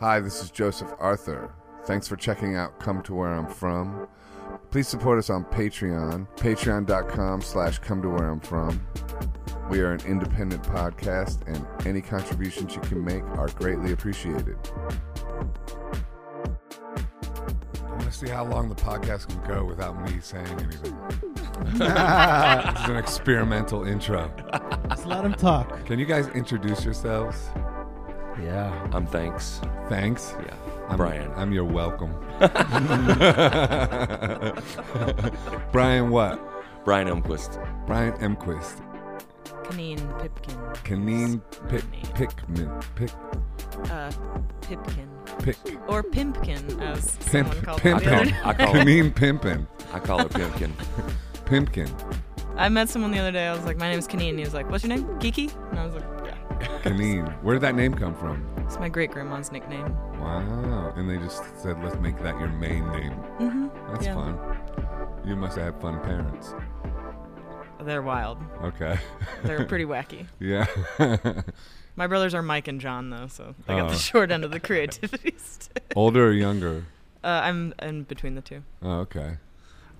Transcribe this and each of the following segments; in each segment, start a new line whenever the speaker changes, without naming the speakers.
Hi, this is Joseph Arthur. Thanks for checking out Come to Where I'm From. Please support us on Patreon, patreon.com slash come to where I'm from. We are an independent podcast, and any contributions you can make are greatly appreciated. I want to see how long the podcast can go without me saying anything. this is an experimental intro.
Just let him talk.
Can you guys introduce yourselves?
Yeah.
I'm Um, thanks.
Thanks.
Yeah.
I'm,
Brian.
I'm your welcome. Brian what?
Brian Elmquist.
Brian Emquist.
Canine Pipkin.
Kaneen Pick Pickman. Pick
Uh, Pipkin.
Pick
Or Pimpkin, as
Pimp
someone called it. the other
Pimpin.
day.
I call it,
Kaneen Pimpin.
I call it Pimpkin.
Pimpkin.
I met someone the other day. I was like, my name's Canine. And he was like, what's your name? Geeky? And I was like, yeah.
Kaneen. Where did that name come from?
It's my great grandma's nickname.
Wow. And they just said let's make that your main name.
Mm-hmm.
That's
Yeah.
fun. You must have had fun parents.
They're wild.
Okay.
They're pretty wacky.
yeah.
My brothers are Mike and John, though, so they got
Oh.
the
Uh.
short end of the creativity. stick.
Older or younger?
uh, I'm in between the two.
Oh, okay.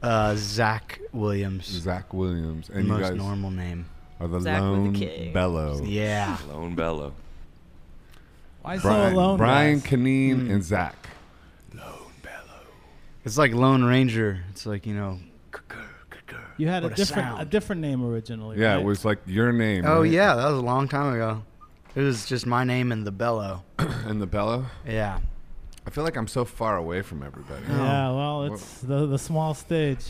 Uh, Zach Williams.
Zach Williams. And
most
you guys Oh.
normal name.
are the
Zach with a
lone
K.
bellow.
Yeah.
Lone Bellow.
Why
Brian,
so alone?
Brian
guys?
Kineen and Zach.
It's like Lone Ranger. It's like, you know. "Kukur, kukur."
you had a
What a
different a,
sound.
different name originally.
Yeah,
right?
it was like your name.
Oh,
right?
yeah. That was a long time ago. It was just my name and the bellow.
And the bellow.
Yeah.
I feel like I'm so far away from everybody.
Yeah, well, it's the the small stage.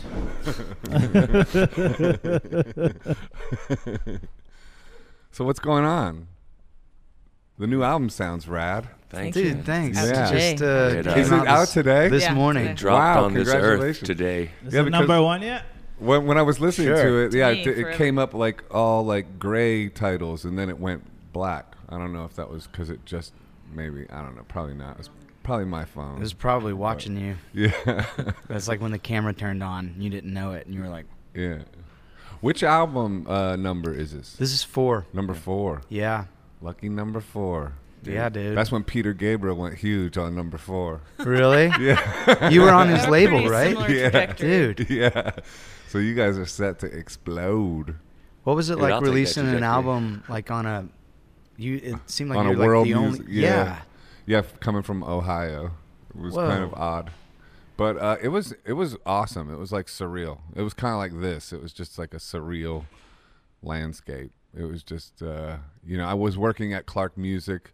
so what's going on? The new album sounds rad.
Thank
Thank
you.
you.
Dude, thanks.
Out
today.
It Just, uh,
It, uh,
came
Is it out
this-
today?
This
Yeah.
morning.
Today.
Dropped
Wow,
on this earth
congratulations.
today.
Is
Yeah,
it
because-
number one yet?
When, when I was listening
Sure.
to it, yeah,
Dang,
it, it
forever.
came up like all like gray titles, and then it went black. I don't know if that was because it just maybe I don't know. Probably not. It was probably my phone.
It was probably watching you.
yeah,
That's like when the camera turned on. You didn't know it, and you were like,
yeah. Which album uh, number is this?
"This is four.
Number four.
Yeah,
Lucky number four.
yeah, dude.
That's when Peter Gabriel went huge on number four.
really.
Yeah.
You were on his
They're
label,
pretty
right?
similar
Yeah.
trajectory.
Dude,
yeah. So you guys are set to explode
what was it
Dude,
like
I'll take that
releasing an
trajectory.
album like on a? You it seemed like
on
you
a
were
world
like the
music.
only.
yeah. Yeah, f- coming from Ohio. It was kind of
Whoa.
odd. But uh, it was it was awesome. It was like surreal. It was kind of like this. It was just like a surreal landscape. It was just uh, you know I was working at Clark Music,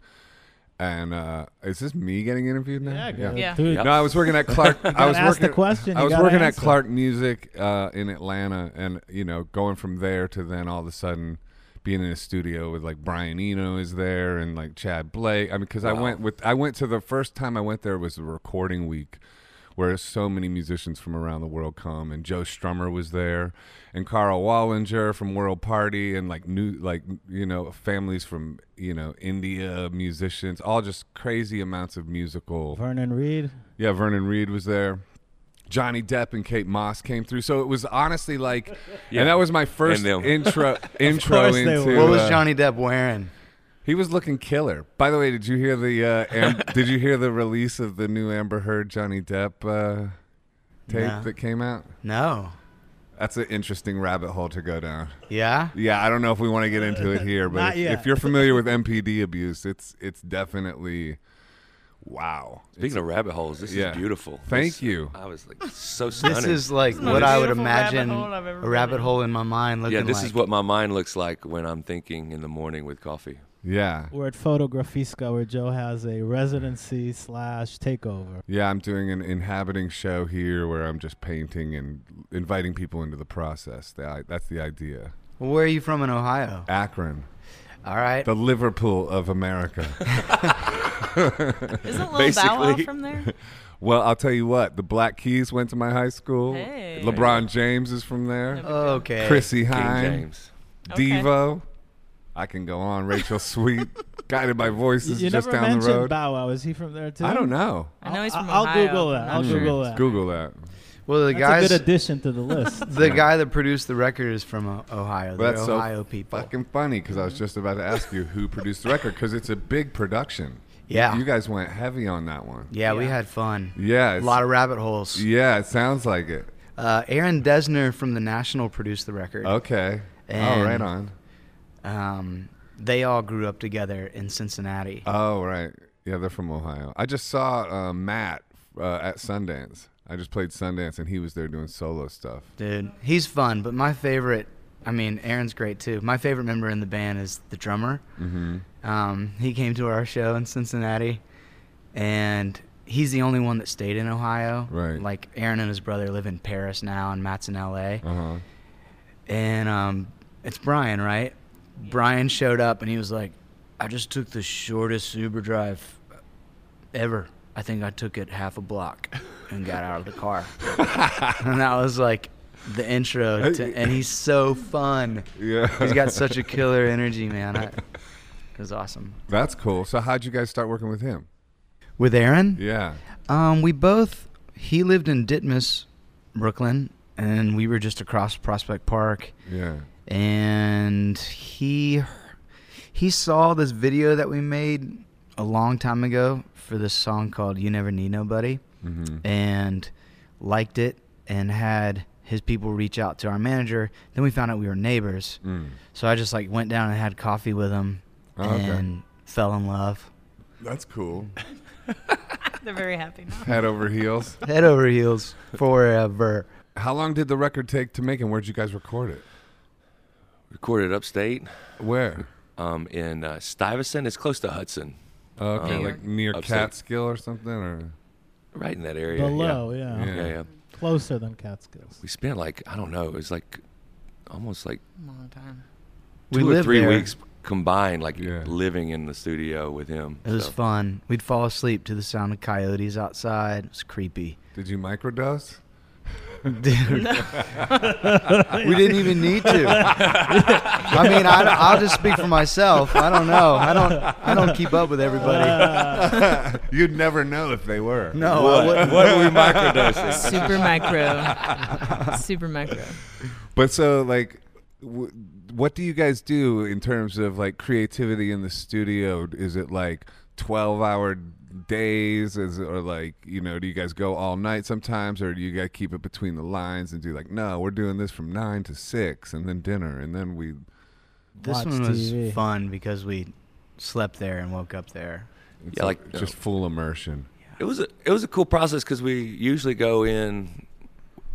and uh, is this me getting interviewed now?
Yeah, good.
Yeah.
Dude,
Yep.
No, I was working at Clark. I was
ask
working.
the question,
I
you
was
gotta
working
answer.
at Clark Music uh, in Atlanta, and you know, going from there to then all of a sudden being in a studio with like Brian Eno is there and like Chad Blake. I mean, because I
Wow.
went with I went to the first time I went there was the recording week. Where so many musicians from around the world come, and Joe Strummer was there, and Carl Wallinger from World Party, and like new, like you know, families from you know India musicians, all just crazy amounts of musical
Vernon Reed.
yeah, Vernon Reed was there. Johnny Depp and Kate Moss came through. So it was honestly like, and that was my first
them.
intro intro
course they
into.
were.
What was
uh,
Johnny Depp wearing?
He was looking killer. By the way, did you hear the uh, Am- did you hear the release of the new Amber Heard Johnny Depp uh, tape
No.
that came out?
No.
That's an interesting rabbit hole to go down.
Yeah.
Yeah, I don't know if we want to get into it here,
Not
but if,
yet.
if you're familiar with MPD abuse, it's it's definitely wow.
Speaking of rabbit holes, this
Yeah.
is beautiful.
Thank
This-
you.
I was like so stunning.
This is like
the
what I would
beautiful rabbit
imagine
hole I've ever
a rabbit
been in.
hole in my mind looking
yeah, this
like.
is what my mind looks like when I'm thinking in the morning with coffee.
Yeah.
We're at Fotografiska, where Joe has a residency slash takeover.
Yeah, I'm doing an inhabiting show here where I'm just painting and inviting people into the process. That- That's the idea.
Where are you from in Ohio?
Akron,
All right.
the Liverpool of America.
Isn't Lil Bow Wow
Basically.
from there?
well, I'll tell you what, the Black Keys went to my high school.
Hey.
LeBron James is from there.
Okay.
Chrissy
King
Hine,
James.
Okay.
Devo. I can go on. Rachel Sweet. Guided by
You,
voices
you
just
never
down the
mentioned
road.
Bow Wow. Is he from there too?
I don't know.
I know he's
I'll-
from
I'll
Ohio.
Google that.
I'm
I'll
not
Google
Let's
that.
Google that.
Well, the
That's
guys,
a good addition to the list.
the guy that produced the record is from O- Ohio.
Well,
They're
that's so
Ohio people.
Fucking funny because I was just about to ask you who produced the record because it's a big production.
Yeah.
You guys went heavy on that one.
yeah, we
Yeah.
had fun.
Yeah.
A
it's-
lot of rabbit holes.
yeah, it sounds like it.
Uh, Aaron Desner from The National produced the record.
Okay. oh,
And-
right on.
Um, they all grew up together in Cincinnati.
Oh, right. Yeah, they're from Ohio. I just saw uh, Matt uh, at Sundance. I just played Sundance, and he was there doing solo stuff.
Dude, he's fun, but my favorite, I mean, Aaron's great too. My favorite member in the band is the drummer.
hmm
Um, he came to our show in Cincinnati, and he's the only one that stayed in Ohio.
Right.
Like, Aaron and his brother live in Paris now, and Matt's in LA.
Uh huh.
And um, it's Brian, right? Brian showed up, and he was like, I just took the shortest Uber drive ever. I think I took it half a block and got out of the car. and that was uh, like the intro. To, and he's so fun.
Yeah.
He's got such a killer energy, man. I, it was awesome.
That's cool. So, how'd you guys start working with him?
With Aaron,
Yeah.
um, we both he lived in Ditmas, Brooklyn, and we were just across Prospect Park,
Yeah.
and he he saw this video that we made a long time ago for this song called "You Never Need Nobody."
hmm
and liked it and had his people reach out to our manager. Then we found out we were neighbors.
Mm.
So I just like went down and had coffee with him
Oh, okay.
and fell in love.
That's cool.
They're very happy now.
Head over heels.
Head over heels forever.
How long did the record take to make, and where'd you guys record it?
Recorded upstate
Where?
um, in uh, Stuyvesant. It's close to Hudson,
Okay,
Um,
like near
upstate.
Catskill or something, or
right in that area. yeah.
Below, yeah.
Yeah.
Yeah, yeah.
Closer than Catskills.
We spent like I don't know. It was like almost like
Long time.
We
two or
lived
three
there.
weeks combined, like
Yeah.
living in the studio with him.
It was
So,
fun. We'd fall asleep to the sound of coyotes outside. It was creepy.
did you microdose?
Dude, we didn't even need to. I mean, I, I'll just speak for myself. I don't know. I don't. I don't keep up with everybody.
You'd never know if they were.
no, I
What,
wouldn't.
what were we microdosing?
Super micro. Super micro.
But so, like, w- what do you guys do in terms of like creativity in the studio? Is it like twelve-hour days, is it, or like you know, do you guys go all night sometimes, or do you guys keep it between the lines and do like, no, we're doing this from nine to six, and then dinner, and then we.
This
Watch
one was
TV.
fun because we slept there and woke up there.
It's
Yeah, like,
just full immersion.
It was a, it was a cool process because we usually go in.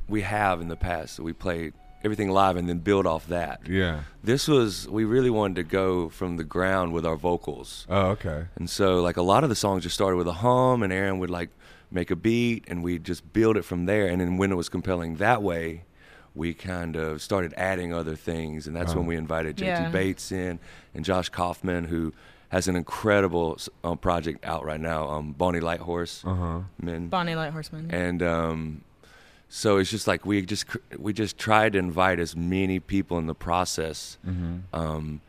We have in the past we play everything live and then build off that.
Yeah.
This was we really wanted to go from the ground with our vocals,
Oh, okay.
and so like a lot of the songs just started with a hum, and Aaron would like make a beat, and we just build it from there. And then when it was compelling that way, we kind of started adding other things, and that's when we invited JT
Yeah.
Bates in and Josh Kaufman, who has an incredible um, project out right now, um, Bonnie Lighthorse.
Uh huh.
Men
Bonnie Light Horseman.
and um, so it's just like we just cr- we just tried to invite as many people in the process, um,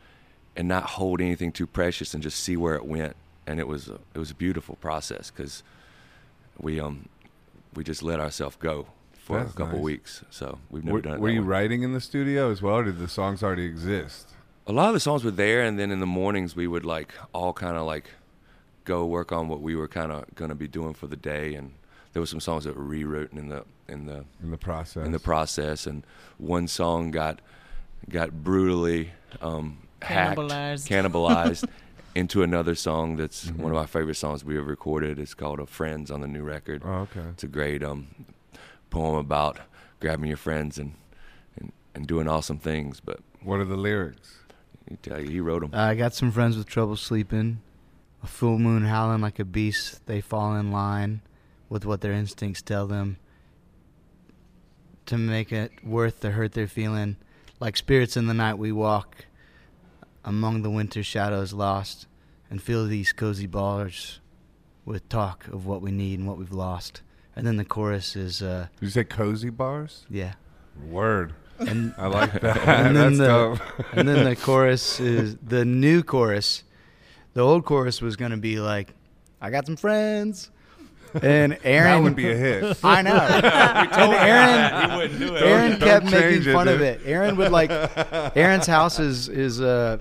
and not hold anything too precious, and just see where it went. And it was a, it was a beautiful process because we um we just let ourselves go for
That's
a couple
nice.
weeks. So we've never
Were,
done. it
were
that
you
way.
writing in the studio as well, or did the songs already exist?
A lot of the songs were there, and then in the mornings we would like all kind of like go work on what we were kind of gonna be doing for the day, and there were some songs that were rewritten in the in the
in the process.
in the process, and one song got got brutally um, hacked,
Cannibalized.
cannibalized into another song that's
Mm-hmm.
one of my favorite songs we have recorded. It's called "A Friends" on the new record.
oh, okay.
It's a great um, poem about grabbing your friends and, and and doing awesome things. But
What are the lyrics?
you tell you, he wrote
Uh,
them.
Uh, I got some friends with trouble sleeping. A full moon howling like a beast. They fall in line with what their instincts tell them to make it worth the hurt they're feeling. Like spirits in the night, we walk among the winter shadows lost and fill these cozy bars with talk of what we need and what we've lost. And then the chorus is, uh,
Did you say cozy bars?
yeah.
Word.
And
I like that.
And
That's
then the-
dope.
and then the chorus is the new chorus. The old chorus was going to be like, I got some friends and Aaron.
that would be a hit.
I know. and Aaron,
he wouldn't do it.
Aaron
Don't-
kept
don't
making
change it,
fun of
dude.
it. Aaron would like. Aaron's house is is uh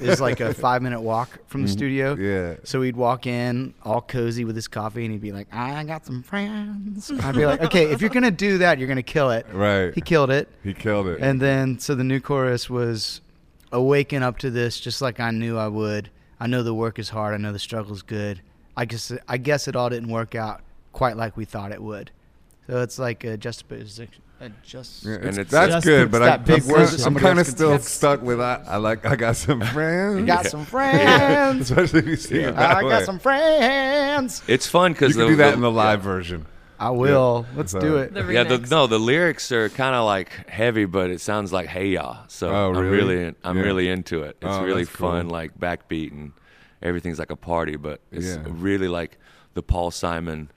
is like a five minute walk from the studio.
Mm-hmm. Yeah.
So he'd walk in all cozy with his coffee, and he'd be like, "I got some friends." I'd be like, "Okay, if you're gonna do that, you're gonna kill it."
Right.
He killed it.
He killed it.
And then, so the new chorus was awaken up to this, just like I knew I would. I know the work is hard. I know the struggle's good. I guess I guess it all didn't work out quite like we thought it would. So it's like a juxtaposition. A just.
Yeah, it's,
it's-
that's
Just-
good,
it's
but
that
I,
big
big
word
I'm,
somebody
kind of
else can
still
take.
stuck with I, I like I got some friends.
Got some friends.
Especially if you sing it that
I
way.
got some friends.
It's fun
You
because
can do that in the live version.
I will. Let's
So-
do it.
The
Yeah, the,
remix.
no, the lyrics are kind of like heavy, but it sounds like hey ya. So
Oh,
I'm
really?
really, I'm
Yeah.
really into it. It's
Oh,
really
that's cool.
fun, like backbeat and everything's like a party, but it's
Yeah.
really like the Paul Simon,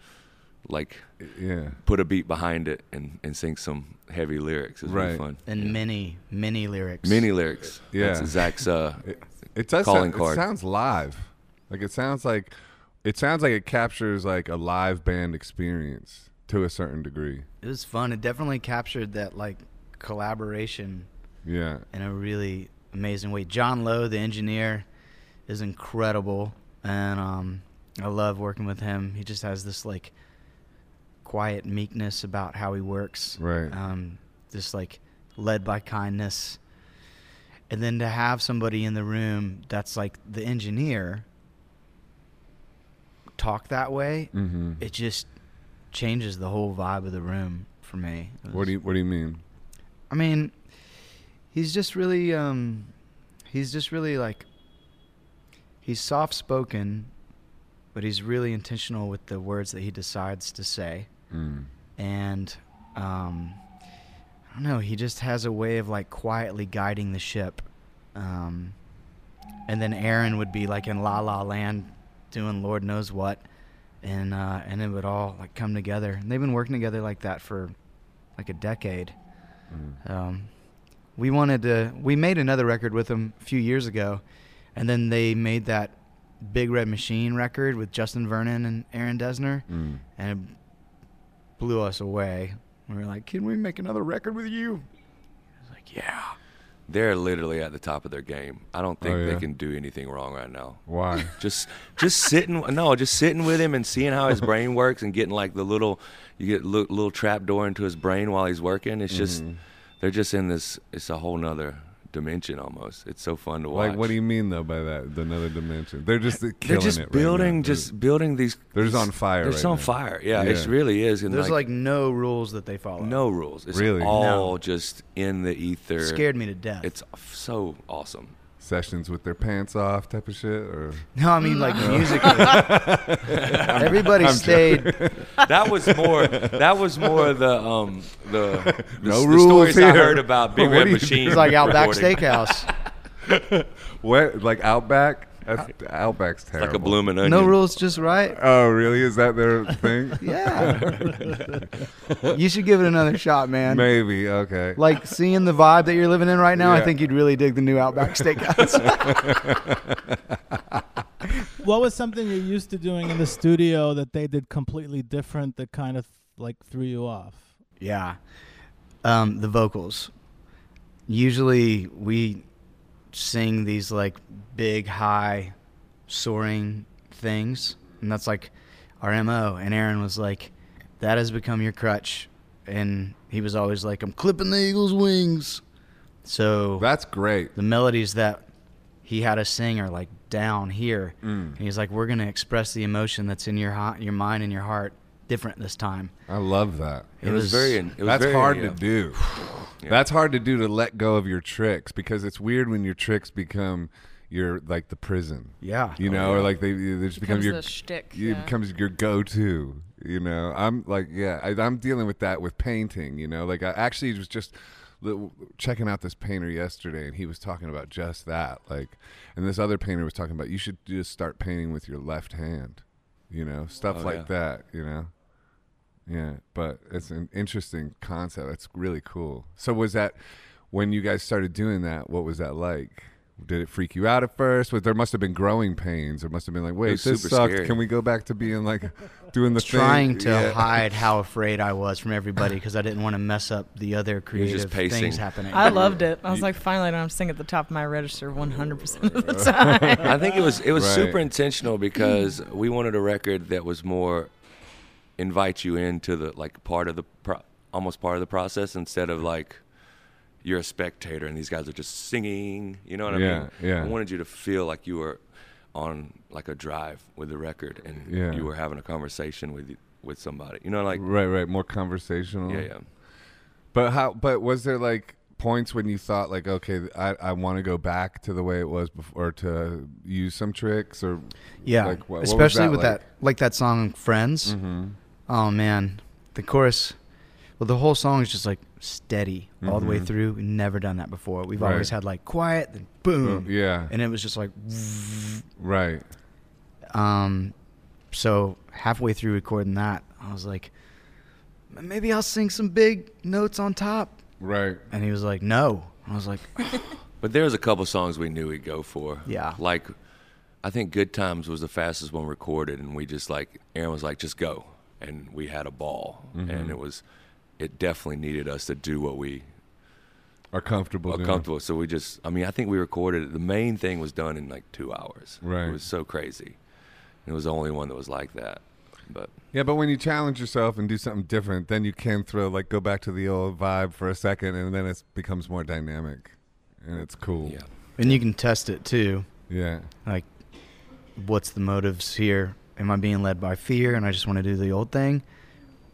like
Yeah.
put a beat behind it and, and sing some heavy lyrics. It's really
Right.
fun.
And many, many lyrics.
Mini lyrics.
Yeah.
That's Zach's. Uh,
It, it does
Calling
sound,
card.
it sounds live. Like it sounds like it sounds like it captures like a live band experience to a certain degree.
It was fun. It definitely captured that like collaboration
Yeah.
in a really amazing way. John Lowe, the engineer, is incredible, and um, I love working with him. He just has this like quiet meekness about how he works,
Right.
Um, just like led by kindness, and then to have somebody in the room that's like the engineer talk that way,
Mm-hmm.
it just changes the whole vibe of the room for me. It
What
was-
do you What do you mean?
I mean, he's just really, um, he's just really like, he's soft spoken, but he's really intentional with the words that he decides to say.
Mm.
And, um, I don't know, he just has a way of like quietly guiding the ship. Um, and then Aaron would be like in La La Land doing Lord knows what. And, uh, and it would all like come together. And they've been working together like that for like a decade.
Mm.
Um, we wanted to. We made another record with them a few years ago, and then they made that Big Red Machine record with Justin Vernon and Aaron Desner,
Mm.
and it blew us away. We were like, "Can we make another record with you?" I was like, "Yeah."
they're literally at the top of their game. I don't think
Oh, yeah?
they can do anything wrong right now.
Why?
just just sitting no just sitting with him and seeing how his brain works and getting like the little you get li- little trap door into his brain while he's working it's just
Mm-hmm.
they're just in this it's a whole nother dimension almost it's so fun to watch
Like, what do you mean though by that? The another dimension. They're just uh,
they're
killing
just
it. right now,
building
dude.
just building these
They're just on fire
they're
right
just on
now.
fire yeah, it
Yeah.
really is and
There's
like,
like no rules that they follow.
no rules it's
Really?
all just in the ether
scared me to death.
it's so awesome
sessions with their pants off type of shit. Or
no, I mean like musically. Everybody stayed.
That was more. That was more the um the, the
No
the
rules
stories I
here.
heard about Big
What
Red
do you-
Machine.
It's like Outback
recording.
Steakhouse.
what? Like Outback? That's, Outback's terrible.
Like a blooming onion.
No rules, just right.
Oh, really? Is that their thing?
Yeah. you should give it another shot, man.
Maybe. Okay.
Like seeing the vibe that you're living in right now, I
Yeah.
think you'd really dig the new Outback Steakhouse.
What was something you're used to doing in the studio that they did completely different that kind of like threw you off?
yeah. Um, the vocals. Usually we sing these like big, high, soaring things, and that's like our MO. And Aaron was like, that has become your crutch. And he was always like, I'm clipping the eagle's wings. So
That's great.
the melodies that he had us sing are like down here.
Mm.
And he's like, we're gonna express the emotion that's in your hot, your mind and your heart different this time.
I love that.
It was very. It was
That's
very, uh,
hard
yeah.
to do. That's hard to do to let go of your tricks because it's weird when your tricks become your like the prison.
Yeah.
Oh,
You know, or like they, they just become
Becomes
your
the shtick,
you-
yeah.
It becomes your go-to. You know, I'm like, yeah, I, I'm dealing with that with painting. You know, like I actually was just li- checking out this painter yesterday, and he was talking about just that. Like, and this other painter was talking about you should just start painting with your left hand. You know, stuff
Oh,
like
yeah.
that. You know, yeah. But it's an interesting concept. It's really cool. So was that when you guys started doing that? What was that like? Did it freak you out at first? But there must have been growing pains. There must have been like, wait,
was
this
super
sucked.
scary.
Can we go back to being like doing the thing?
trying to
Yeah.
hide how afraid I was from everybody because I didn't want to mess up the other
was
creative
just pacing.
things happening.
I loved it. I was
You-
like, finally, I don't have to sing at the top of my register 100% of the time.
I think it was it was
Right.
super intentional because we wanted a record that was more invite you into the like part of the pro- almost part of the process instead of like you're a spectator and these guys are just singing. You know what I
Yeah,
mean?
yeah.
I wanted you to feel like you were on like a drive with the record and
Yeah.
you were having a conversation with with somebody. You know, like
Right, right. More conversational.
yeah, yeah.
But how? But was there like points when you thought like, okay, I, I want to go back to the way it was before, or to use some tricks, or
Yeah,
Like, what- what was
especially
that
with
like? Mm-hmm.
that, like that song "Friends." Oh man, the chorus. Well, the whole song is just like steady all the way
Mhm.
through. We've never done that before. We've
Right.
always had like quiet, then boom,
Mm-hmm. yeah,
and it was just like.
right.
Um, so halfway through recording that, I was like, maybe I'll sing some big notes on top.
Right.
And he was like, no. I was like,
But there was a couple songs we knew we'd go for.
Yeah.
Like, I think "Good Times" was the fastest one recorded, and we just like Aaron was like, "Just go," and we had a ball,
Mm-hmm.
and it was, it definitely needed us to do what we
Are comfortable.
are
doing.
comfortable. So we just, I mean, I think we recorded it. The main thing was done in like two hours.
Right.
It was so crazy. It was the only one that was like that. But
Yeah, but when you challenge yourself and do something different, then you can throw like go back to the old vibe for a second, and then it becomes more dynamic, and it's cool.
yeah,
and you can test it too.
Yeah.
Like, what's the motives here? Am I being led by fear and I just want to do the old thing?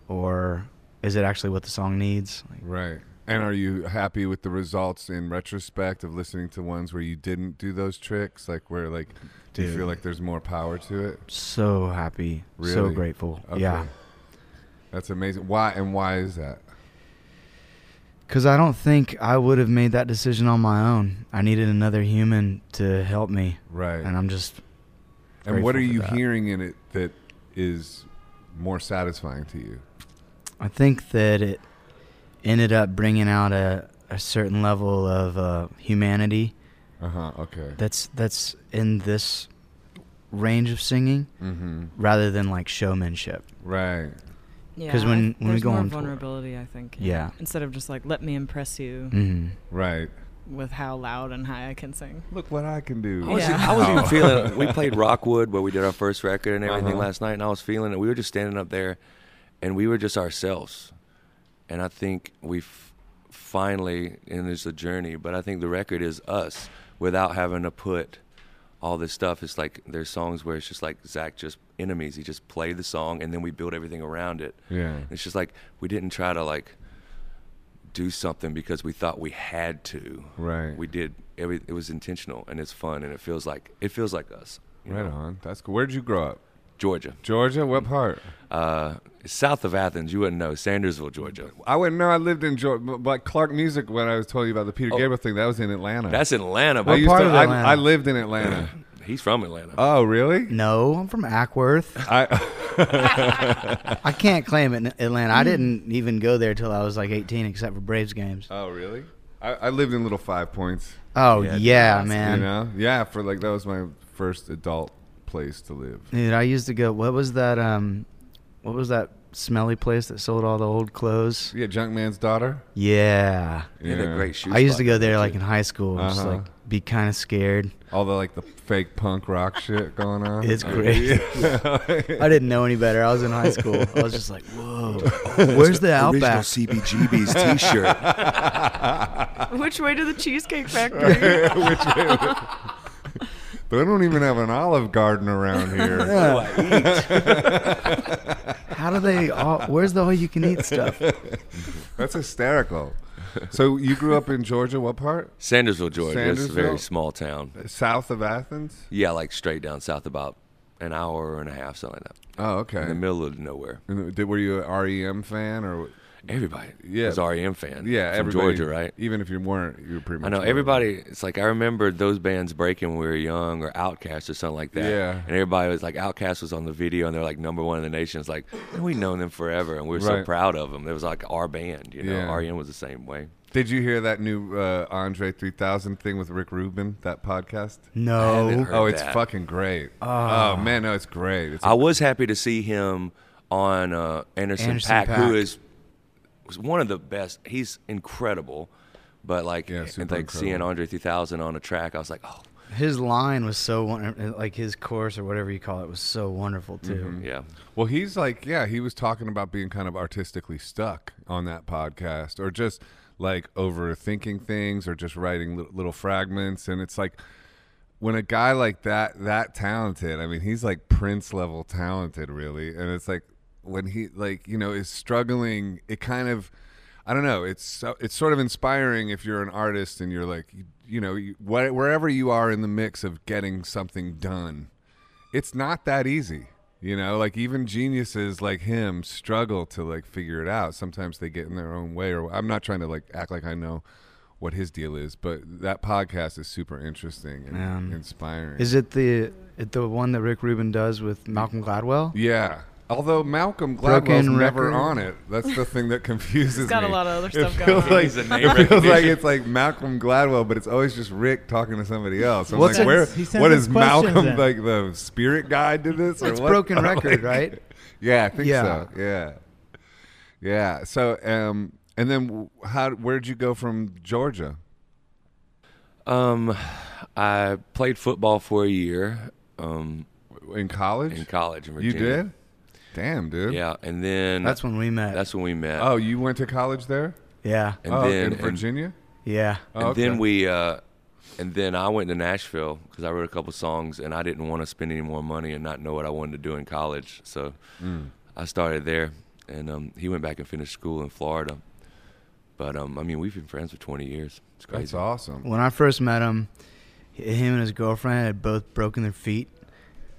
Or is it actually what the song needs? Like,
Right. And are you happy with the results in retrospect of listening to ones where you didn't do those tricks? Like where like do you
Dude.
feel like there's more power to it?
so happy, so
Really?
grateful. Yeah.
Okay.
'Cause Yeah.
That's amazing. Why and why is that?
Because I don't think I would have made that decision on my own. I needed another human to help me.
Right.
And I'm just
And what
grateful
are
for
you
that.
hearing in it that is more satisfying to you?
I think that it ended up bringing out a, a certain level of uh, humanity
Uh huh. Okay.
that's that's in this range of singing
Mm-hmm.
rather than like showmanship.
Right.
Yeah,
'Cause when-
I-
when we
there's
go
more
on tour-
vulnerability, I think.
Yeah.
Instead of just like, let me impress you
Mm.
hmm
Right.
with how loud and high I can sing.
Look what I can do.
I was, e-
Yeah.
I was
Oh.
even feeling. We played Rockwood where we did our first record and everything
Uh-huh.
last night, and I was feeling it. We were just standing up there, and we were just ourselves. And I think we've finally, and it's a journey, but I think the record is us without having to put all this stuff. It's like there's songs where it's just like Zach just enemies. He just played the song, and then we built everything around it.
Yeah.
It's just like we didn't try to like do something because we thought we had to
Right.
we did every it was intentional and it's fun and it feels like it feels like us you
Right
know?
on. That's cool. Where'd you grow up?
georgia
Georgia? What part?
uh south of athens you wouldn't know sandersville georgia
I wouldn't know. I lived in Georgia, but but Clark Music. When I was telling you about the Peter
Oh.
Gabriel thing, that was in Atlanta.
that's atlanta
I
but
used
part
to,
of
I,
Atlanta?
I lived in Atlanta.
he's from atlanta
oh, really?
No, I'm from Ackworth.
I
I can't claim it in Atlanta. I didn't even go there till I was like 18, except for Braves games.
oh, really? I, I lived in Little Five Points.
Oh
Yeah,
yeah,
dude, that's-
man.
you know, yeah. For like that was my first adult place to live.
Dude, I used to go. What was that? Um, what was that smelly place that sold all the old clothes?
Yeah, Junkman's daughter.
Yeah.
he had a great shoe
I used
spot
to go there
too.
like in high school, and just
Uh-huh.
like be kind of scared.
All the like the fake punk rock shit going on.
It's crazy. I didn't know any better. I was in high school. I was just like, whoa, where's the
original
Outback?
cbgb's t-shirt
Which way to the Cheesecake Factory?
But I don't even have an Olive Garden around here.
How do they? All, where's the all you can eat stuff?
That's hysterical. So you grew up in Georgia? What part?
sandersville georgia it's a very
Sandersville?
small town
South of Athens.
yeah like straight down south about an hour and a half something like that
Oh, okay.
in the middle of nowhere
And Did, were you an REM E fan or?
everybody
Yeah.
was REM fan.
yeah,
from
everybody,
Georgia, right?
Even if you weren't, you were pretty
I
much.
know
aware.
everybody. It's like I remember those bands breaking when we were young, or Outcast or something like that.
Yeah.
and everybody was like, Outcast was on the video, and they're like number one in the nation. It's like man, we known them forever, and we were so
Right.
proud of them. It was like our band, you know.
Yeah.
REM was the same way.
Did you hear that new uh, Andre 3000 thing with Rick Rubin? That podcast?
haven't
No.
heard
Oh, it's
that. Ah.
fucking great. oh man, no, it's great. It's
I was happy to see him on uh, Anderson,
Anderson
Pack, who
Paak.
is was one of the best. He's incredible, but like
Yeah,
and,
super
like seeing
incredible.
Andre 3000 on a track, I was like, oh
His line was so wonderful. Like his course or whatever you call it was so wonderful too.
yeah.
Well, he's like, yeah, he was talking about being kind of artistically stuck on that podcast or just like overthinking things or just writing li- little fragments. And it's like, when a guy like that, that talented, I mean, he's like Prince level talented, really. And it's like, when he, like, you know, is struggling, it kind of, I don't know. It's so, it's sort of inspiring if you're an artist and you're like, you, you know, you, wh- wherever you are in the mix of getting something done, it's not that easy. You know, like even geniuses like him struggle to like figure it out. Sometimes they get in their own way. Or I'm not trying to like act like I know what his deal is, but that podcast is super interesting and
Man.
inspiring.
Is it the it the one that Rick Rubin does with Malcolm Gladwell?
yeah. Although Malcolm Gladwell's
Broken
never
record.
on it. That's the thing that confuses
He's got a
me.
lot of other
It
stuff going
feels
on.
like
He's a name
it feels like
recognition.
it's like Malcolm Gladwell, but it's always just Rick talking to somebody else. I'm
What's
like,
his-
where?
he sends
What
his
is
questions
Malcolm
in.
like the spirit guide to this? Or
It's
what?
Oh,
broken
Like-
record, right?
Yeah, I think
Yeah.
so. Yeah, yeah. So, um, and then wh- how? Where'd you go from Georgia?
Um, I played football for a year um,
In college?
in college in
you
Virginia.
did? Damn, dude.
Yeah, and then
That's when we met.
that's when we met.
Oh, you went to college there?
yeah.
and
oh,
then
in
and-
Virginia.
Yeah.
Oh,
and then
okay.
we uh, and then I went to Nashville because I wrote a couple songs and I didn't want to spend any more money and not know what I wanted to do in college, so
Hmm,
I started there. And um, he went back and finished school in Florida, but um, I mean we've been friends for 20 years. It's crazy.
That's awesome.
When I first met him, h- him and his girlfriend had both broken their feet,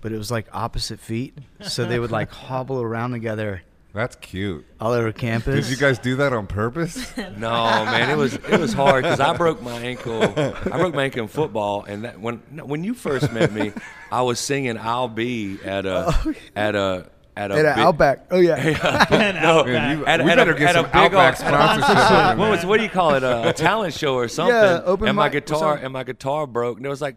but it was like opposite feet, so they would like hobble around together
That's cute.
all over campus.
Did you guys do that on purpose?
No, man, it was it was hard because I broke my ankle. I broke my ankle in football, and that, when no, when you first met me, I was singing "I'll Be" at a at a at a
Oh, at an
big-
Outback? Oh yeah.
no,
Man, you-
at, a-
we
at
better
a,
get
at
some
a big
Outback
old- at a-
sponsorship. on
what
that.
was what do you call it? A, a talent show or something?
open
and my
mic or
guitar
something.
and my guitar broke, and there was like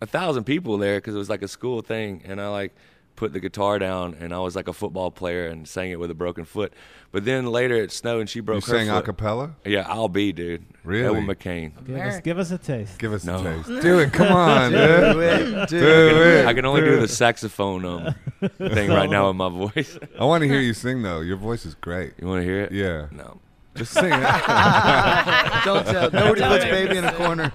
a thousand people there because it was like a school thing, and I like put the guitar down, and I was like a football player and sang it with a broken foot. But then later it snowed, and she
You
broke her
sang a
foot.
cappella?
Yeah, I'll be, dude.
Really?
Edwin McCain.
Give us, give us a taste.
Give us
No.
a taste. Do it. Come on,
Do
dude.
it,
Do
dude.
it.
I can only do the saxophone um, thing right now in my voice.
I want to hear you sing though. Your voice is great.
You want to hear it?
Yeah.
No.
Just sing it.
Don't tell. Nobody
Don't
puts
tell.
baby in a corner.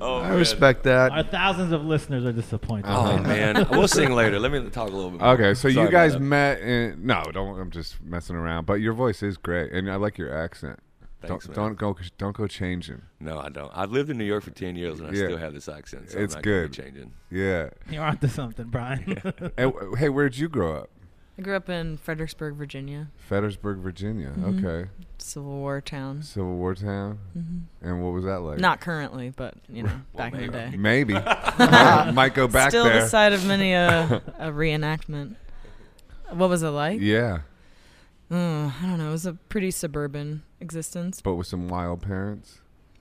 Oh,
I respect
Our
that.
thousands of listeners are disappointed.
Oh man, we'll sing later. Let me talk a little bit. more.
okay, so
Sorry
you
about
guys
that.
met in no, don't I'm just messing around, but your voice is great and I like your accent.
Thanks,
don't
man.
don't go don't go changing.
No, I don't. I've lived in New York for ten years and I
Yeah.
still have this accent. So
It's
I'm not gonna be
good.
Changing.
Yeah.
You're onto something, Brian.
And, w- hey, where'd you grow up?
I grew up in Fredericksburg, Virginia,
Fredericksburg, Virginia.
Mm-hmm.
Okay.
Civil War town. Mm-hmm.
Civil War town. And what was that like?
Not currently, but you know, back in the
maybe.
day.
Maybe. might, might go back
Still
there.
the site of many a, a reenactment. What was it like?
Yeah.
Mm, I don't know. It was a pretty suburban existence.
But with some wild parents.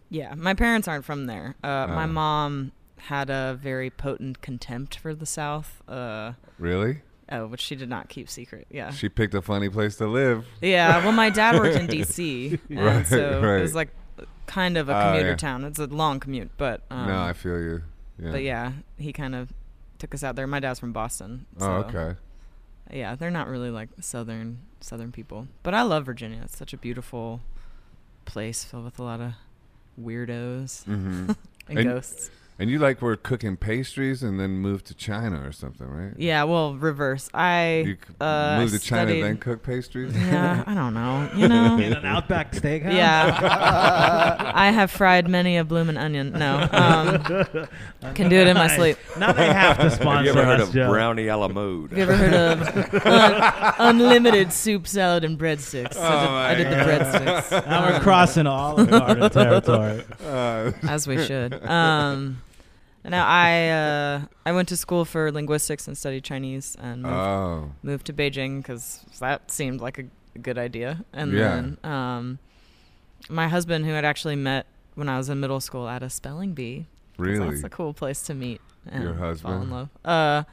Yeah, my parents aren't from there. Uh,
Ah.
My mom had a very potent contempt for the South, uh,
Really?
oh, which she did not keep secret. Yeah.
She picked a funny place to live.
Yeah, well, my dad worked in D.C., and
Right,
so it was
right.
like kind of a
Oh,
commuter
yeah.
town. It's a long commute, but um,
no, I feel you. Yeah.
but yeah, he kind of took us out there. My dad's from Boston. So,
Oh, okay.
Yeah, they're not really like southern southern people, but I love Virginia. It's such a beautiful place filled with a lot of weirdos
hmm
and,
And-
ghosts.
And you like were cooking pastries and then moved to China or something, right?
Yeah, well, reverse. I
You c-
uh,
moved
I
to China
studied-
then cook pastries.
yeah, I don't know. You know.
In an Outback Steakhouse.
Yeah, I have fried many a bloomin' onion. No, um, can do it in my sleep.
Now they have to sponsor
Have you ever heard
us,
of
Joe.
brownie a la mode?
Have you ever heard of un- unlimited soup, salad, and breadsticks? I did, I did the breadsticks.
Now we're
Um,
crossing all of our territory.
Uh,
as we should. Um, now I uh, I went to school for linguistics and studied Chinese and moved,
oh,
moved to Beijing because that seemed like a good idea. And
Yeah.
then um, my husband, who had actually met when I was in middle school at a spelling bee, 'cause
really?
that's a cool place to meet and
Your
fall in
husband?
love. Uh,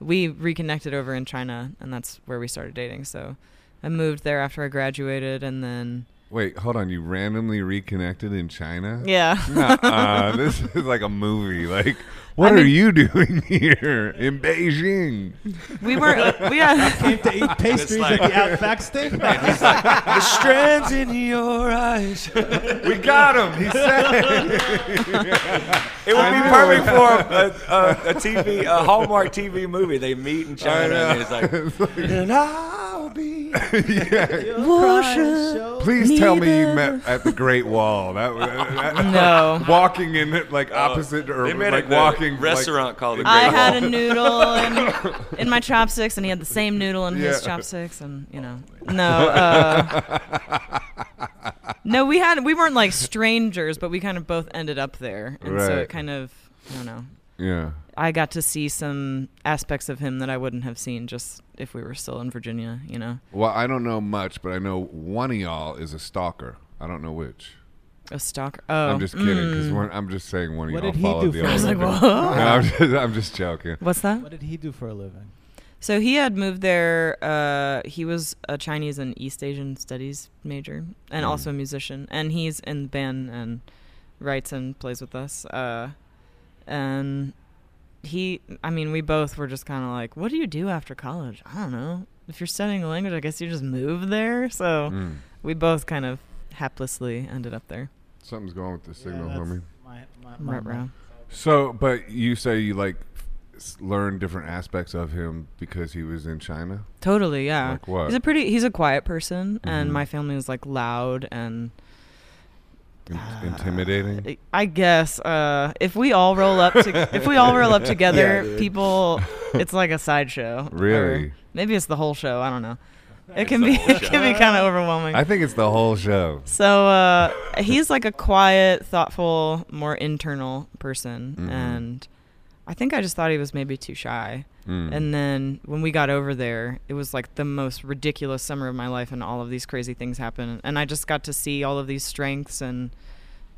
we reconnected over in China, and that's where we started dating. So I moved there after I graduated, and then
Wait, hold on. You randomly reconnected in China?
yeah.
Nuh-uh, this is like a movie. Like, what
I
are
mean-
you doing here in Beijing?
we were we had.
Came to eat pastries
like-
at the Outback Steakhouse.
the strands in your eyes.
We got him. He said.
It would be
know.
perfect for a, a, a TV, a Hallmark TV movie. They meet in China, and it's like, and I'll be.
yeah.
Washington.
Please tell me you met at the Great Wall. That, was that
No.
Walking in it, like opposite or
Uh, They met
like
at the
walking like-
restaurant called the Great
I had
Wall.
a noodle in, in my chopsticks, and he had the same noodle in his
Yeah. Oh,
chopsticks, and you know, no, uh, no, we had we weren't like strangers, but we kind of both ended up there, and so
Right.
it kind of, I don't know,
yeah.
I got to see some aspects of him that I wouldn't have seen just if we were still in Virginia, you know,
Well, I don't know much, but I know one of y'all is a stalker. I don't know which.
a stalker. Oh,
I'm just kidding because
mm.
I'm just saying one of
What
y'all
did he
followed
do
the
for
other.
I was like,
one.
whoa,
No, I'm just, I'm just joking.
what's that?
What did he do for a living?
So he had moved there. Uh, he was a Chinese and East Asian studies major, and
Mm.
also a musician. And he's in the band and writes and plays with us. Uh, and he, I mean, we both were just kind of like, "What do you do after college? I don't know. If you're studying a language, I guess you just move there." So
Mm.
we both kind of haplessly ended up there.
Something's going with the signal,
that's
homie.
My, my, my,
Right round.
So, but you say you like s- learned different aspects of him because he was in China.
Totally, yeah.
Like what?
He's a pretty, he's a quiet person,
Mhm.
and my family was like loud and
In-
Ah.
intimidating.
I guess uh, if we all roll up, to, if we all roll up together, people, it's like a sideshow. or
Really?
maybe it's the whole show. I don't know. It
It's
can
the
be,
whole
it
show.
can be kind of overwhelming.
I think it's the whole show.
so uh, he's like a quiet, thoughtful, more internal person,
Mhm.
and I think I just thought he was maybe too shy.
Mm.
And then when we got over there, it was like the most ridiculous summer of my life, and all of these crazy things happened. And I just got to see all of these strengths and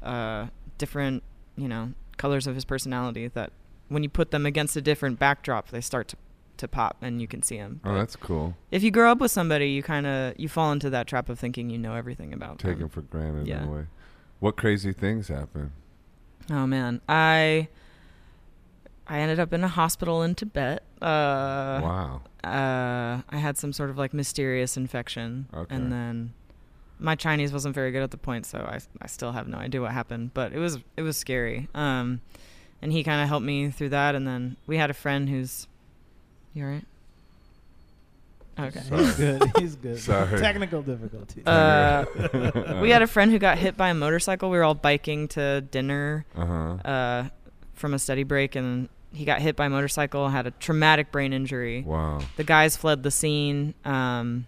uh, different, you know, colors of his personality that when you put them against a different backdrop, they start to, to pop and you can see them.
oh, that's cool.
if you grow up with somebody, you kind of you fall into that trap of thinking you know everything about
Take
them.
him for granted
yeah.
in a way. What crazy things happen?
Oh man, I I ended up in a hospital in Tibet. Uh,
wow.
uh, I had some sort of like mysterious infection,
Okay.
and then my Chinese wasn't very good at the point, so I I still have no idea what happened, but it was it was scary. Um, and he kind of helped me through that, and then we had a friend who's, you all right? Okay.
He's good. He's good.
Sorry.
Technical difficulties.
Uh, we had a friend who got hit by a motorcycle. We were all biking to dinner
Uh-huh.
uh, from a study break, and he got hit by a motorcycle, had a traumatic brain injury.
Wow.
The guys fled the scene. Um,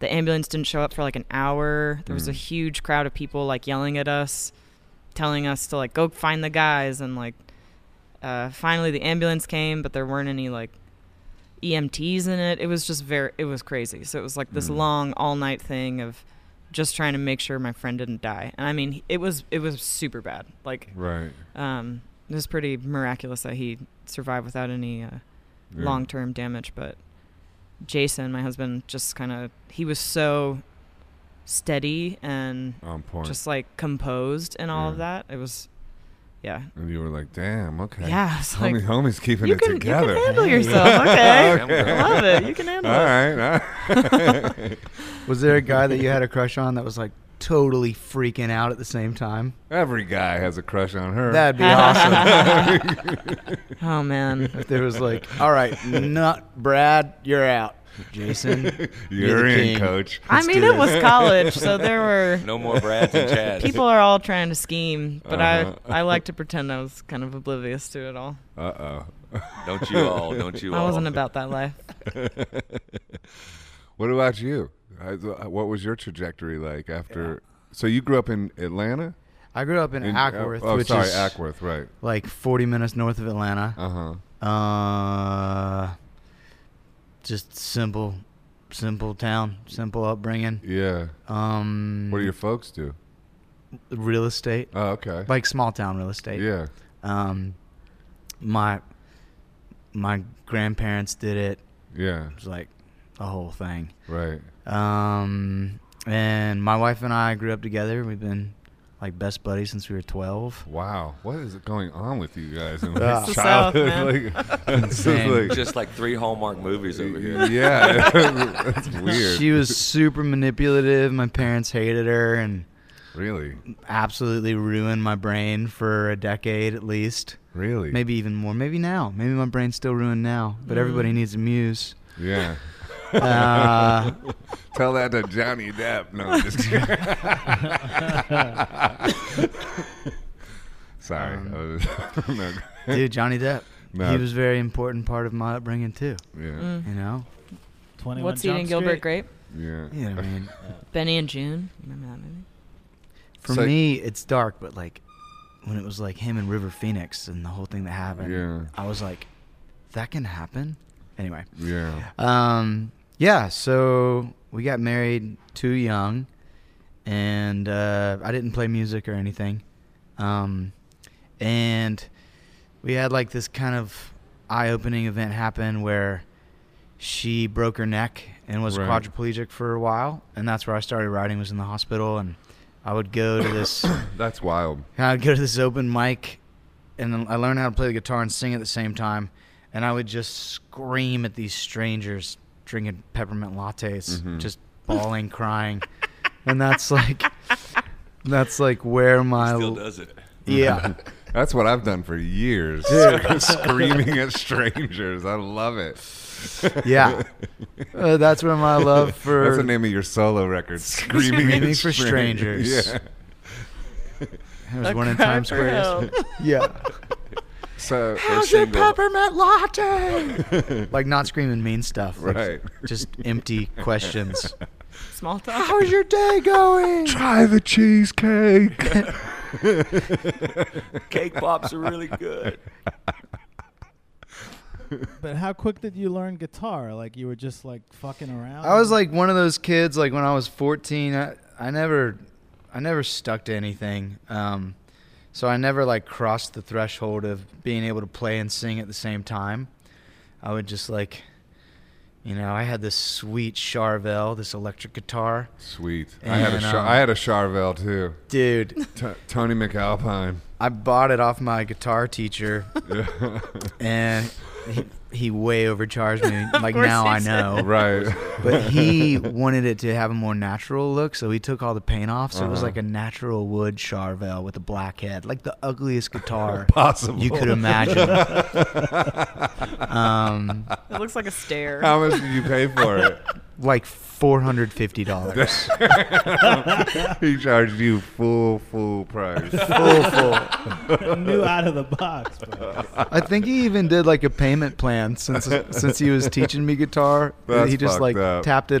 the ambulance didn't show up for like an hour. There was a
Mm.
huge crowd of people like yelling at us, telling us to like go find the guys. And like, uh, finally the ambulance came, but there weren't any like EMTs in it. It was just very, it was crazy. So it was like this
Mm.
long all night thing of just trying to make sure my friend didn't die. And I mean, it was, it was super bad. Like,
Right.
um, it was pretty miraculous that he survived without any, uh,
Yeah.
long term damage, but Jason, my husband, just kind of he was so steady and
On point.
just like composed and all of
Yeah.
that. It was, yeah,
and you were like, "Damn, okay."
yeah. It's like
Homie, homie's keeping
you
it
can, you
together.
can handle yourself, okay?
Okay.
I love it. You can handle
All
it.
right. all right.
Was there a guy that you had a crush on that was like totally freaking out at the same time.
Every guy has a crush on her.
That'd be awesome.
Oh man.
if there was like, all right, not Brad, you're out. Jason,
You're
the
in,
king.
coach.
I mean, it was college, so there were
No more Brads and Chads.
people are all trying to scheme, but
Uh-huh.
I I like to pretend I was kind of oblivious to it all.
Uh oh.
Don't you all? Don't you all?
I wasn't about that life.
What about you? I- uh, What was your trajectory like after? So you grew up in Atlanta?
I grew up in,
In-
Ackworth,
Oh,
which
sorry,
is
Ackworth, right.
like 40 minutes north of Atlanta.
Uh huh.
Uh, just simple, simple town, simple upbringing.
Yeah.
Um,
Mm.
What do your folks do?
real estate?
Oh, okay.
Like small town real estate.
yeah.
Um, my my grandparents did it.
Yeah.
It was like a whole thing.
Right.
Um, and my wife and I grew up together. We've been like best buddies since we were 12.
Wow. What is going on with you guys in
Yeah.
like
It's the South,
childhood?
man.
like, it's
Insane.
Just like three Hallmark movies over here.
yeah, that's weird.
She was super manipulative. My parents hated her and
really,
absolutely ruined my brain for a decade at least.
really.
Maybe even more. Maybe now. Maybe my brain's still ruined now. But
Mm.
everybody needs a muse.
Yeah.
Uh,
Tell that to Johnny Depp. No, I'm just kidding. Sorry.
Um,
I was- no.
dude, Johnny Depp.
No.
He was a very important part of my upbringing too.
Yeah.
Mm.
You know.
Twenty.
What's eating Gilbert Grape?
Yeah.
Yeah. I mean,
Benny and June. Remember that movie?
for
So-
me, it's dark. But like, when it was like him and River Phoenix and the whole thing that happened,
Yeah.
I was like, that can happen. Anyway.
Yeah.
Um, yeah, so we got married too young, and uh, I didn't play music or anything. Um, and we had like this kind of eye opening event happen where she broke her neck and was
Right.
quadriplegic for a while, and that's where I started writing, was in the hospital, and I would go to this.
That's wild.
And I'd go to this open mic, and then I learned how to play the guitar and sing at the same time. And I would just scream at these strangers drinking peppermint lattes,
Mm-hmm.
Mhm.
just bawling, crying. And that's like, that's like where my
Still does it.
yeah,
That's what I've done for years. Screaming at strangers. I love it.
yeah. Uh, that's where my love for
That's the name of your solo record. Screaming,
Screaming
at
for Strangers.
Yeah.
there was
A
one in
Cry
Times
for
Square.
Help.
Yeah,
So
How's your
peppermint latte?
like not screaming mean stuff, like
right.
Just empty questions.
Small talk.
your day going?
Try the cheesecake.
Cake pops are really good.
But how quick did you learn guitar? Like you were just like fucking around.
I was like one of those kids. Like when I was 14, I, I never, I never stuck to anything. Um, so I never like crossed the threshold of being able to play and sing at the same time. I would just like, you know, I had this sweet Charvel, this electric guitar,
Sweet. I had a
And,
Char-
um,
I had a Charvel too.
dude.
T- Tony McAlpine.
I bought it off my guitar teacher, and he, he way overcharged me. Like
course
now
he
I
did.
know.
Oh, right.
but he wanted it to have a more natural look, so he took all the paint off. So it was
Uh-huh.
like a natural wood Charvel with a black head, like the ugliest guitar
Possible.
you could imagine. um,
It looks like a stare.
How much did you pay for it?
like four hundred fifty dollars,
he charged you full, full price.
full full.
new out of the box. Bro.
I think he even did like a payment plan since since he was teaching me guitar.
That's
he just
fucked
like
up.
tapped it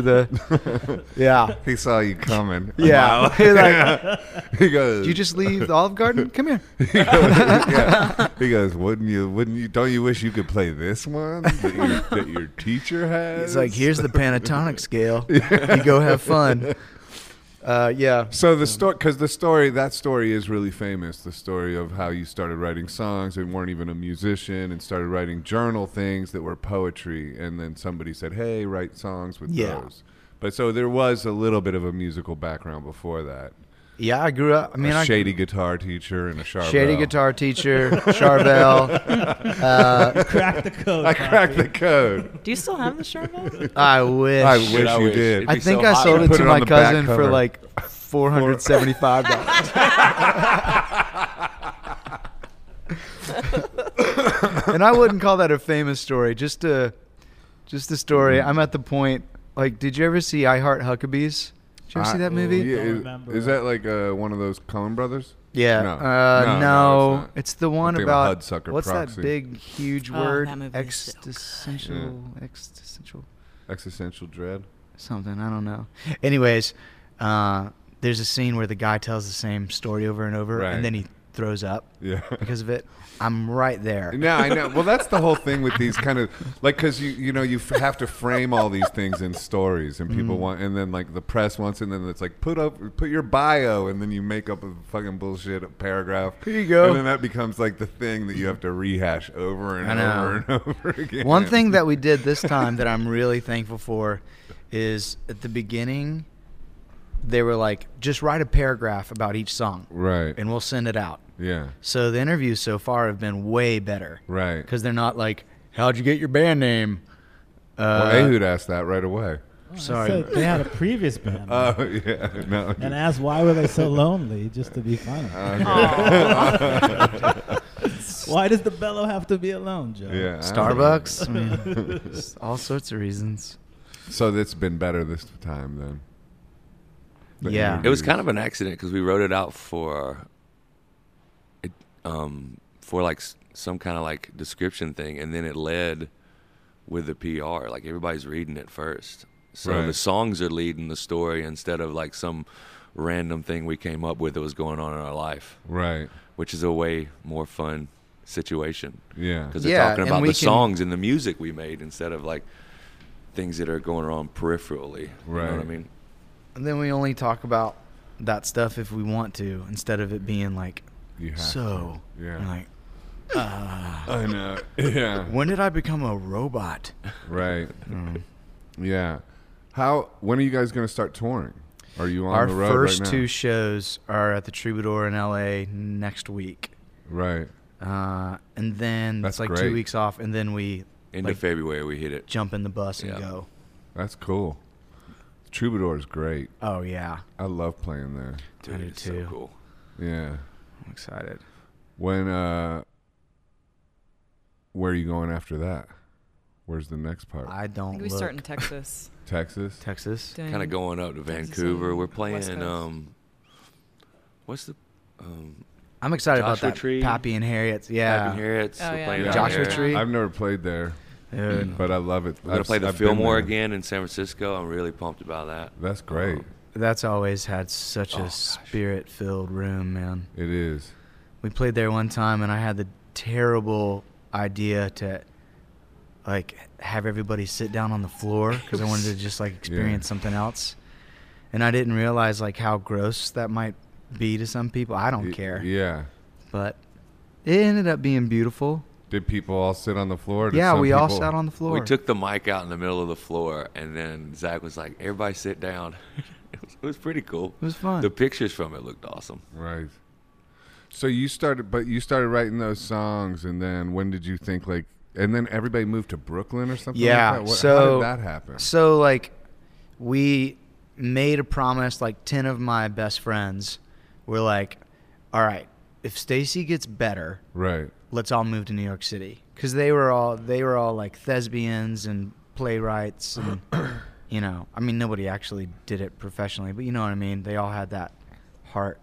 the yeah.
He saw you coming. a
Yeah,
mile.
He, like,
he goes.
"Did you just leave the Olive Garden. Come here.
He goes, yeah. he goes. Wouldn't you? Wouldn't you? Don't you wish you could play this one that your, that your teacher has?
He's like, here's the pentatonic scale. You go have fun. Uh, yeah.
So the story, because the story, that story is really famous. The story of how you started writing songs and weren't even a musician, and started writing journal things that were poetry, and then somebody said, "Hey, write songs with
Yeah.
those." But so there was a little bit of a musical background before that.
Yeah, I grew up. I mean,
a
I
shady guitar teacher and a Charvel.
shady guitar teacher, Charvel. uh,
Crack the code.
I cracked the code.
Do you still have the Charvel?
I wish.
I
Dude,
wish
I
you
wish.
did.
It'd
I
be
think
so
I
hot.
sold
You
it
put
to
it on
my
the back
cousin for
cover.
like four hundred seventy-five dollars. and I wouldn't call that a famous story. Just a, just a story.
Mm-hmm.
I'm at the point. Like, did you ever see I Heart Huckabees? Did you ever
I-
see that movie?
Yeah,
Don't
is-
remember.
is, that like uh, one of those Coen brothers?
Yeah.
No.
Uh,
No,
no,
no, it's
it's,
not.
the one
They were
about
Hudsucker
what's
Proxy.
that big huge
Oh,
word?
that movie is so good.
existential, existential,
Existential dread.
something. I don't know. Anyways, uh, there's a scene where the guy tells the same story over and over,
Right.
and then he throws up
Yeah.
because of it. I'm right there.
Yeah, I know. Well, that's the whole thing with these kind of like because you you know you f- have to frame all these things in stories, and
Mm.
people want, and then like the press wants, it, and then it's like put up put your bio, and then you make up a fucking bullshit paragraph.
Here you go.
And then that becomes like the thing that you have to rehash over and
I know.
over and over again.
One thing that we did this time that I'm really thankful for is at the beginning, they were like, just write a paragraph about each song,
Right.
and we'll send it out.
yeah.
So the interviews so far have been way better.
Right.
because they're not like, "How'd you get your band name?"
Well,
Uh,
Ehud asked that right away.
sorry.
Said they had a previous band.
Uh,
Oh yeah. No.
and asked why were they so lonely just to be funny. why does the bellow have to be alone, Joe?
Yeah.
Starbucks. I mean, s- all sorts of reasons.
So that's been better this time then. The
Yeah.
It was
interviews.
kind of an accident because we wrote it out for, it, um, for like s- some kind of like description thing, and then it led with the PR. Like everybody's reading it first, so
Right.
the songs are leading the story instead of like some random thing we came up with that was going on in our life,
right.
which is a way more fun situation
Yeah.
because they're
Yeah,
talking
and
about the
we can-
songs and the music we made instead of like things that are going on peripherally. You know what I
Right.
mean?
And then we only talk about that stuff if we want to, instead of it being like,
You have
"So,"
to. Yeah.
and like, uh,
I know. Yeah.
"When did I become a robot?"
Right.
Mm.
Yeah. How? When are you guys going to start touring? Are you on
Our
the road
first
right now?
two shows are at the Troubadour in L.A. next week,
right.
uh, and then
That's
it's like
great.
two weeks off, and then we
End
Like-
of February we hit it.
jump in the bus and
Yeah.
go.
That's cool. Troubadour is great.
Oh yeah,
I love playing there.
Dude,
I do
it's
too.
so cool.
Yeah.
I'm excited.
When? uh Where are you going after that? Where's the next part?
I
I
don't.
think we
look.
start in Texas.
Texas.
Texas.
Kind
Mm-hmm.
of going up to
Texas
Vancouver.
and
We're
West Coast.
playing. um What's the um,
I'm excited
Joshua
about that.
Tree.
Pappy and Harriet's. Yeah.
Happy Harriet's?
Oh,
We're
yeah.
playing
Yeah.
out
Joshua
there.
Tree.
I've never played there,
Dude,
but I love it.
Mm. We're gonna
I've-
play the
I've been
Fillmore
there.
again in San Francisco. I'm really pumped about that.
That's great.
that's always had such
Oh,
a
gosh.
spirit filled room, man.
It is.
We played there one time and I had the terrible idea to like have everybody sit down on the floor because I wanted to just like experience something else. And I didn't realize like how gross that might be to some people. I don't
Y-
care.
Yeah.
But it ended up being beautiful.
Did people all sit on the floor? Did
Yeah,
some
we all
people-
sat on the floor.
We took the mic out in the middle of the floor, and then Zach was like, "Everybody sit down." it, was, it was pretty cool.
it was fun.
The pictures from it looked awesome.
Right. So you started, but you started writing those songs, and then when did you think like? And then everybody moved to Brooklyn or something.
Yeah,
Like that? What, how
so-
did that happen?
So like we made a promise like 10 of my best friends were like, "All right, if Stacy gets better,
Right.
let's all move to New York City." Cuz they were all they were all like thespians and playwrights and you know, I mean nobody actually did it professionally, but you know what I mean? They all had that heart.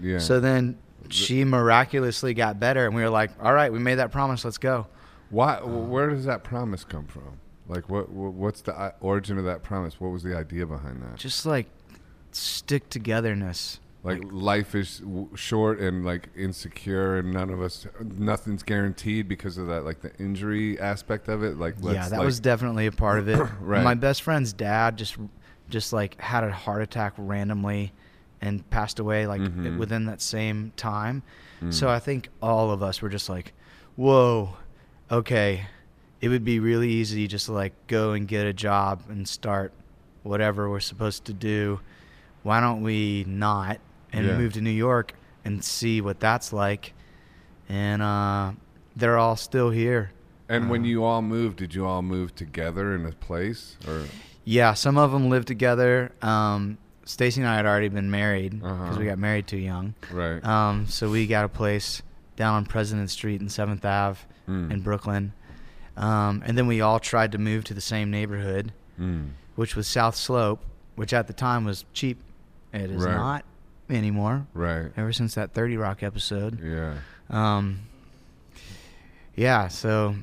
Yeah.
So then she miraculously got better and we were like, "All right, we made that promise, let's go."
why?
uh,
where does that promise come from? Like, what? what what's the i- origin of that promise? What was the idea behind that?
Just like stick togetherness.
like, life is w- short and like insecure, and none of us, nothing's guaranteed because of that, like the injury aspect of it. Like, let's,
yeah, that
like-
was definitely a part of it.
Right.
My best friend's dad just just like had a heart attack randomly and passed away like
Mhm.
within that same time.
Mm.
So I think all of us were just like, "Whoa. Okay. It would be really easy just to like go and get a job and start whatever we're supposed to do. Why don't we not?" and
Yeah.
move to New York and see what that's like. And uh, they're all still here.
And when
Uh,
you all moved, did you all move together in a place or
Yeah, some of them live together. Um, Stacy and I had already been married because
Uh-huh.
we got married too young.
right?
Um, so we got a place down on President Street and Seventh Ave
Mm.
in Brooklyn. Um, and then we all tried to move to the same neighborhood,
Mm.
which was South Slope, which at the time was cheap. It is
Right.
not anymore.
Right.
Ever since that Thirty Rock episode,
Yeah.
Um, yeah, so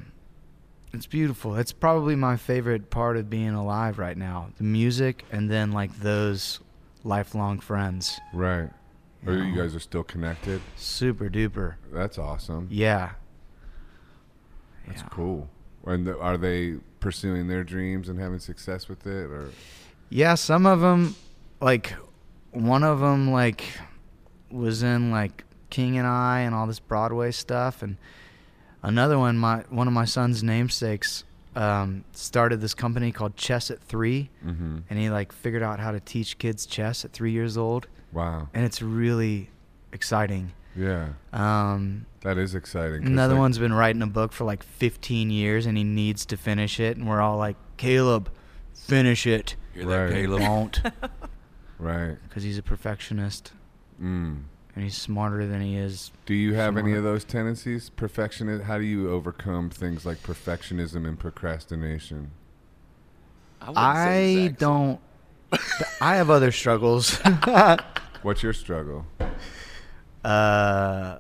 it's beautiful. It's probably my favorite part of being alive right now. The music and then like those lifelong friends.
Right.
you
Or you
know.
guys are still connected?
super duper.
That's awesome.
Yeah.
That's
Yeah.
cool. And th- are they pursuing their dreams and having success with it or
Yeah, some of them, like, one of them, like, was in like King and I and all this Broadway stuff, and another one, my one of my son's namesakes, um, started this company called Chess at Three,
Mhm.
and he like figured out how to teach kids chess at three years old,
Wow.
and it's really exciting.
Yeah.
Um,
That is exciting. 'cause,
Another
like-
one's been writing a book for like 15 years and he needs to finish it. And we're all like, Caleb, finish it.
You're that
Right.
Caleb.
Won't.
Right.
Because he's a perfectionist
Mm.
and he's smarter than he is.
Do you have any
Smart.
of those tendencies? Perfectionist. How do you overcome things like perfectionism and procrastination?
wouldn't say
I
exact same.
don't. I have other struggles.
What's your struggle?
uh,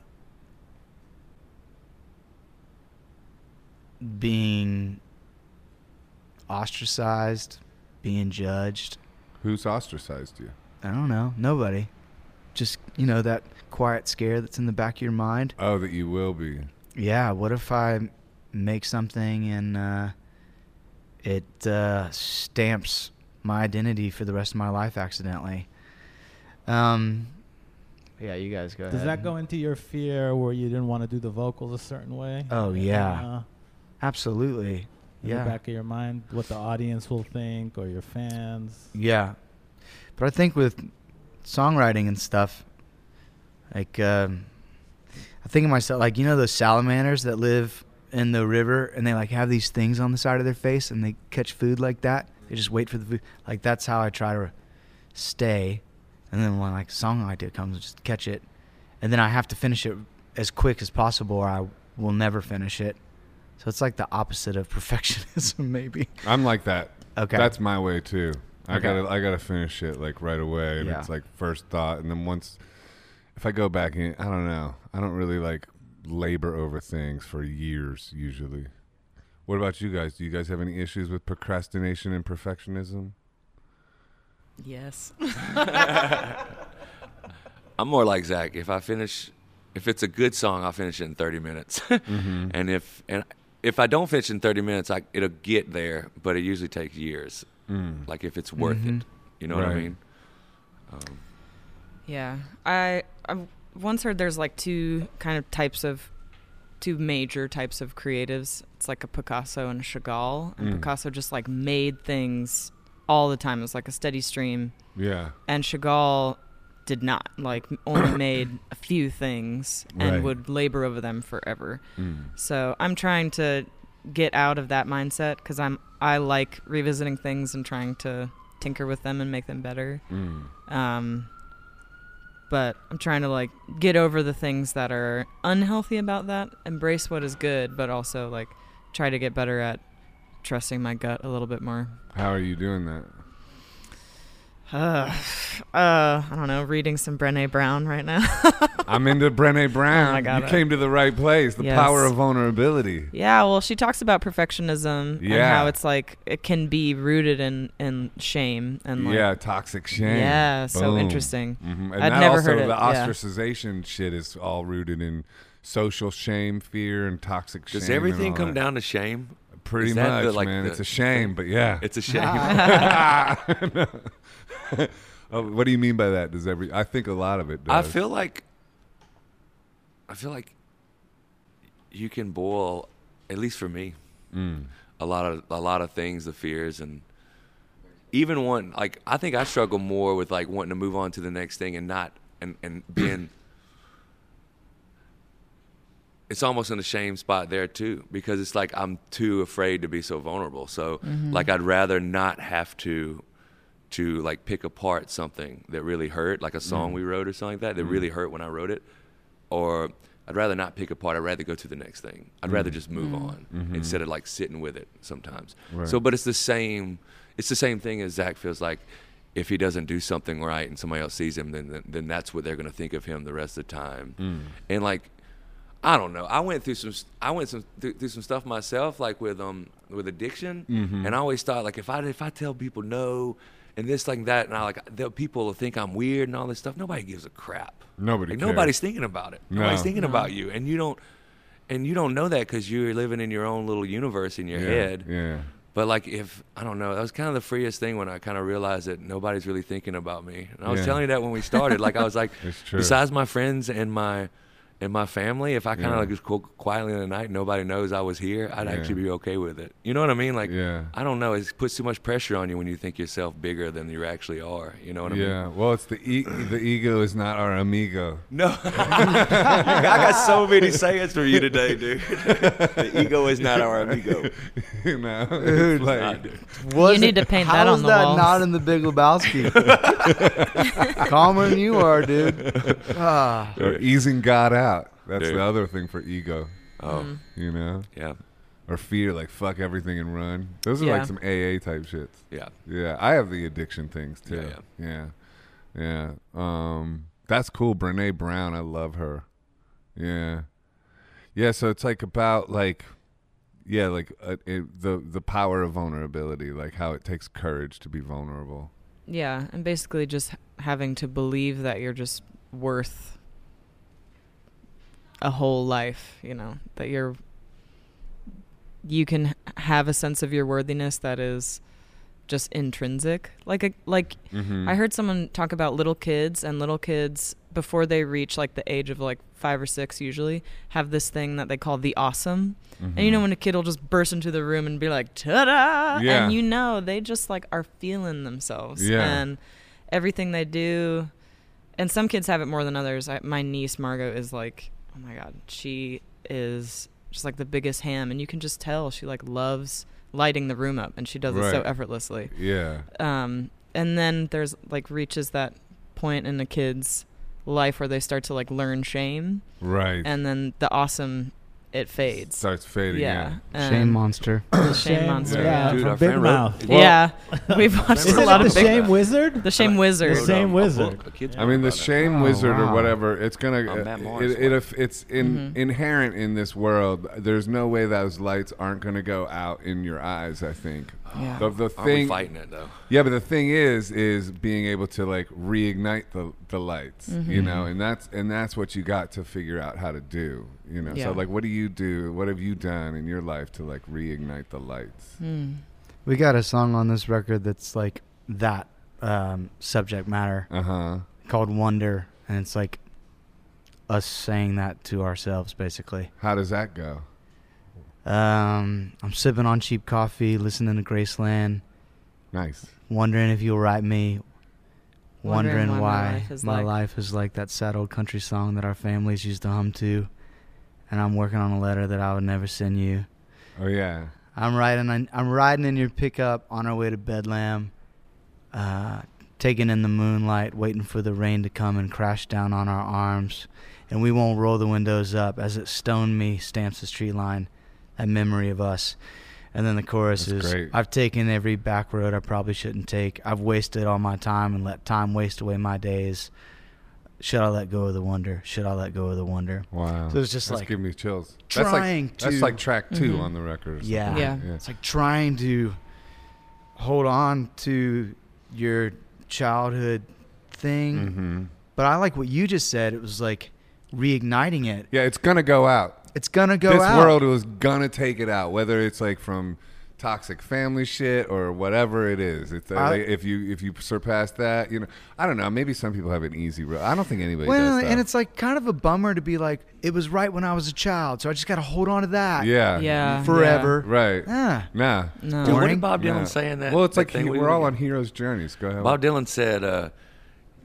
being ostracized, being judged.
Who's ostracized you?
I don't know. Nobody. Just, you know, that quiet scare that's in the back of your mind.
Oh, that you will be.
Yeah, what if I make something and uh, it uh, stamps my identity for the rest of my life accidentally? Um, yeah, you guys go
Does
ahead.
that go into your fear where you didn't want to do the vocals a certain way?
Oh,
And,
yeah.
uh,
Absolutely.
in
Yeah.
the back of your mind, what the audience will think or your fans.
Yeah. But I think with songwriting and stuff, like, um, I think of myself, like, you know, those salamanders that live in the river and they, like, have these things on the side of their face and they catch food like that. They just wait for the food. Like, that's how I try to stay. And then when, like, a song idea comes, I just catch it. And then I have to finish it as quick as possible or I will never finish it. So it's like the opposite of perfectionism, maybe.
I'm like that.
Okay.
That's my way too. I
Okay.
gotta I gotta finish it like right away. And
Yeah.
it's like first thought and then once if I go back in I don't know. I don't really like labor over things for years usually. What about you guys? Do you guys have any issues with procrastination and perfectionism?
Yes.
I'm more like Zach. If I finish, if it's a good song, I'll finish it in 30 minutes.
Mm-hmm.
and if and if I don't finish in 30 minutes, I, it'll get there, but it usually takes years.
Mm.
Like if it's worth
Mhm.
it, you know what I
Mm-hmm. Right.
mean? Um,
Yeah, I I once heard there's like two kind of types of two major types of creatives. It's like a Picasso and a Chagall, and
Mm.
Picasso just like made things all the time. It was like a steady stream,
Yeah.
and Chagall did not like only made a few things and
Right.
would labor over them forever.
Mm.
So I'm trying to get out of that mindset because I'm I like revisiting things and trying to tinker with them and make them better
Mm.
um but i'm trying to like get over the things that are unhealthy about that embrace what is good but also like try to get better at trusting my gut a little bit more
How are you doing that?
uh, uh i don't know reading some brene brown right now
I'm into Brené Brown.
Oh my God,
you
I-
came to the right place. The
Yes.
power of vulnerability.
yeah well she talks about perfectionism and
Yeah.
how it's like it can be rooted in in shame and like
yeah, toxic shame.
yeah so
Boom.
interesting
hmm And
I'd
that
never
also,
heard it,
the
yeah.
ostracization shit is all rooted in social shame, fear, and toxic shame.
does
and
everything
all
come
that.
down to shame?
Pretty
is that
much,
the, like,
man.
the-
it's a shame, but yeah.
It's a shame.
oh, what do you mean by that? Does every? I think a lot of it.
I
Does.
feel like I feel like you can boil, at least for me,
Mm.
a lot of a lot of things, the fears and even one like I think I struggle more with like wanting to move on to the next thing and not and and being it's almost in the shame spot there too because it's like I'm too afraid to be so vulnerable. So like I'd rather not have to to like pick apart something that really hurt, like a song we wrote or something like that that really hurt when I wrote it, or I'd rather not pick apart. I'd rather go to the next thing. I'd rather just move on instead of like sitting with it sometimes.
Right.
So, but it's the same. It's the same thing as Zach feels like. If he doesn't do something right and somebody else sees him, then then, then that's what they're going to think of him the rest of the time. And like, I don't know. I went through some. I went some through, through some stuff myself, like with um with addiction,
Mm-hmm.
and I always thought like if I if I tell people no, and this like that, and I like the people will think I'm weird and all this stuff. Nobody gives a crap.
Nobody
Like,
cares.
nobody's thinking about it.
No.
Nobody's thinking about you, and you don't. And you don't know that because you're living in your own little universe in your
yeah,
head.
Yeah.
But like, if I don't know, that was kind of the freest thing when I kind of realized that nobody's really thinking about me. And I was
Yeah.
telling you that when we started. Like, I was like,
It's true.
besides my friends and my and my family, if I kind of
Yeah.
like just qu- quietly in the night, nobody knows I was here, I'd
Yeah.
actually be okay with it. You know what I mean? Like,
yeah.
I don't know. It puts too much pressure on you when you think yourself bigger than you actually are. You know what I mean?
Yeah. Well, it's the e- the ego is not our amigo.
No, I got so many sayings for you today, dude. the ego is not our amigo.
you know.
Dude.
It's like-
Not, dude.
Was
You need to paint that
how
on
is
the
that
walls.
not in the Big Lebowski? Calmer than you are, dude. Ah,
Or easing God out. That's
Dude.
the other thing for ego.
Mm.
Oh,
You know.
yeah,
Or fear, like fuck everything and run. Those are
Yeah.
like some AA type shits.
yeah.
Yeah, I have the addiction things too. Yeah, yeah, Um, that's cool, Brene Brown. I love her. Yeah, yeah. So it's like about like, yeah, like uh, it, the the power of vulnerability, like how it takes courage to be vulnerable.
Yeah, and basically just h- having to believe that you're just worth a whole life, you know, that you're you can h- have a sense of your worthiness that is just intrinsic. Like a like
Mm-hmm.
I heard someone talk about little kids and little kids before they reach like the age of like 5 or 6 usually have this thing that they call the awesome. And you
Mm-hmm.
know when a kid will just burst into the room and be like, "Ta-da!"
Yeah.
and you know they just like are feeling themselves
Yeah.
and everything they do. And some kids have it more than others. I, my niece Margot is like, oh my god, she is just like the biggest ham, and you can just tell she like loves lighting the room up, and she does it so
Right.
effortlessly.
yeah,
Um, and then there's like reaches that point in a kid's life where they start to like learn shame,
right.
and then the awesome it fades.
starts fading. Yeah,
Yeah. and-
shame monster.
the shame, monster.
Yeah,
Yeah.
Dude,
from
our
Big
friend
Mouth.
wrote,
yeah. We've watched
Isn't
a
it
lot
the
of big,
shame wizard?
the shame wizard.
The Shame
um, a
Wizard.
book, a kid's
I mean, the
book about it.
shame
Oh,
wizard or
wow.
whatever, it's gonna.
Oh, Matt
it-
Morris,
it, it,
wow.
if it's in, inherent in this world. There's no way those lights aren't gonna go out in your eyes. I think.
Yeah.
The, the
Aren't we
thing,
fighting it though?
yeah, but the thing is, is being able to like reignite the the lights,
Mm-hmm.
you know, and that's and that's what you got to figure out how to do, you know.
Yeah.
So like, what do you do? What have you done in your life to like reignite the lights?
Hmm.
We got a song on this record that's like that um, subject matter
Uh huh.
called Wonder, and it's like us saying that to ourselves, basically.
How does that go?
Um, I'm sipping on cheap coffee, listening to Graceland,
Nice.
wondering if you'll write me,
Wondering why
wondering,
my
why,
life is
my
like-
life is like that sad old country song that our families used to hum to, and I'm working on a letter that I would never send you.
Oh yeah.
I'm riding on, I'm riding in your pickup on our way to Bedlam, uh, taking in the moonlight, waiting for the rain to come and crash down on our arms, and we won't roll the windows up as it stoned me stamps the street line, that memory of us. And then the chorus
That's
is
great.
I've taken every back road I probably shouldn't take. I've wasted all my time and let time waste away my days. Should I let go of the wonder? Should I let go of the wonder?
Wow.
So it's just
that's
like
giving me chills.
trying
that's like, That's
to-
like track 2
Mm-hmm.
on the record. or something.
Yeah.
Yeah.
Yeah.
It's like trying to hold on to your childhood thing.
Mm-hmm.
But I like what you just said. It was like reigniting it.
Yeah, it's gonna go out.
It's gonna go
this
out.
world was gonna take it out, whether it's like from toxic family shit or whatever it is. It's uh,
I-
like, if you if you surpass that, you know, I don't know. Maybe some people have an easy road. I don't think anybody
well,
does. Though.
and it's like kind of a bummer to be like, it was right when I was a child, so I just gotta hold on to that. Ah,
yeah,
Yeah.
Forever.
right.
Yeah.
Nah,
No.
Dude, what
Boring?
did Bob Dylan
Nah.
saying that?
Well, it's
that
like
thing
he-
we
we're all
were-
on heroes' journeys. Go ahead.
Bob Dylan said, uh,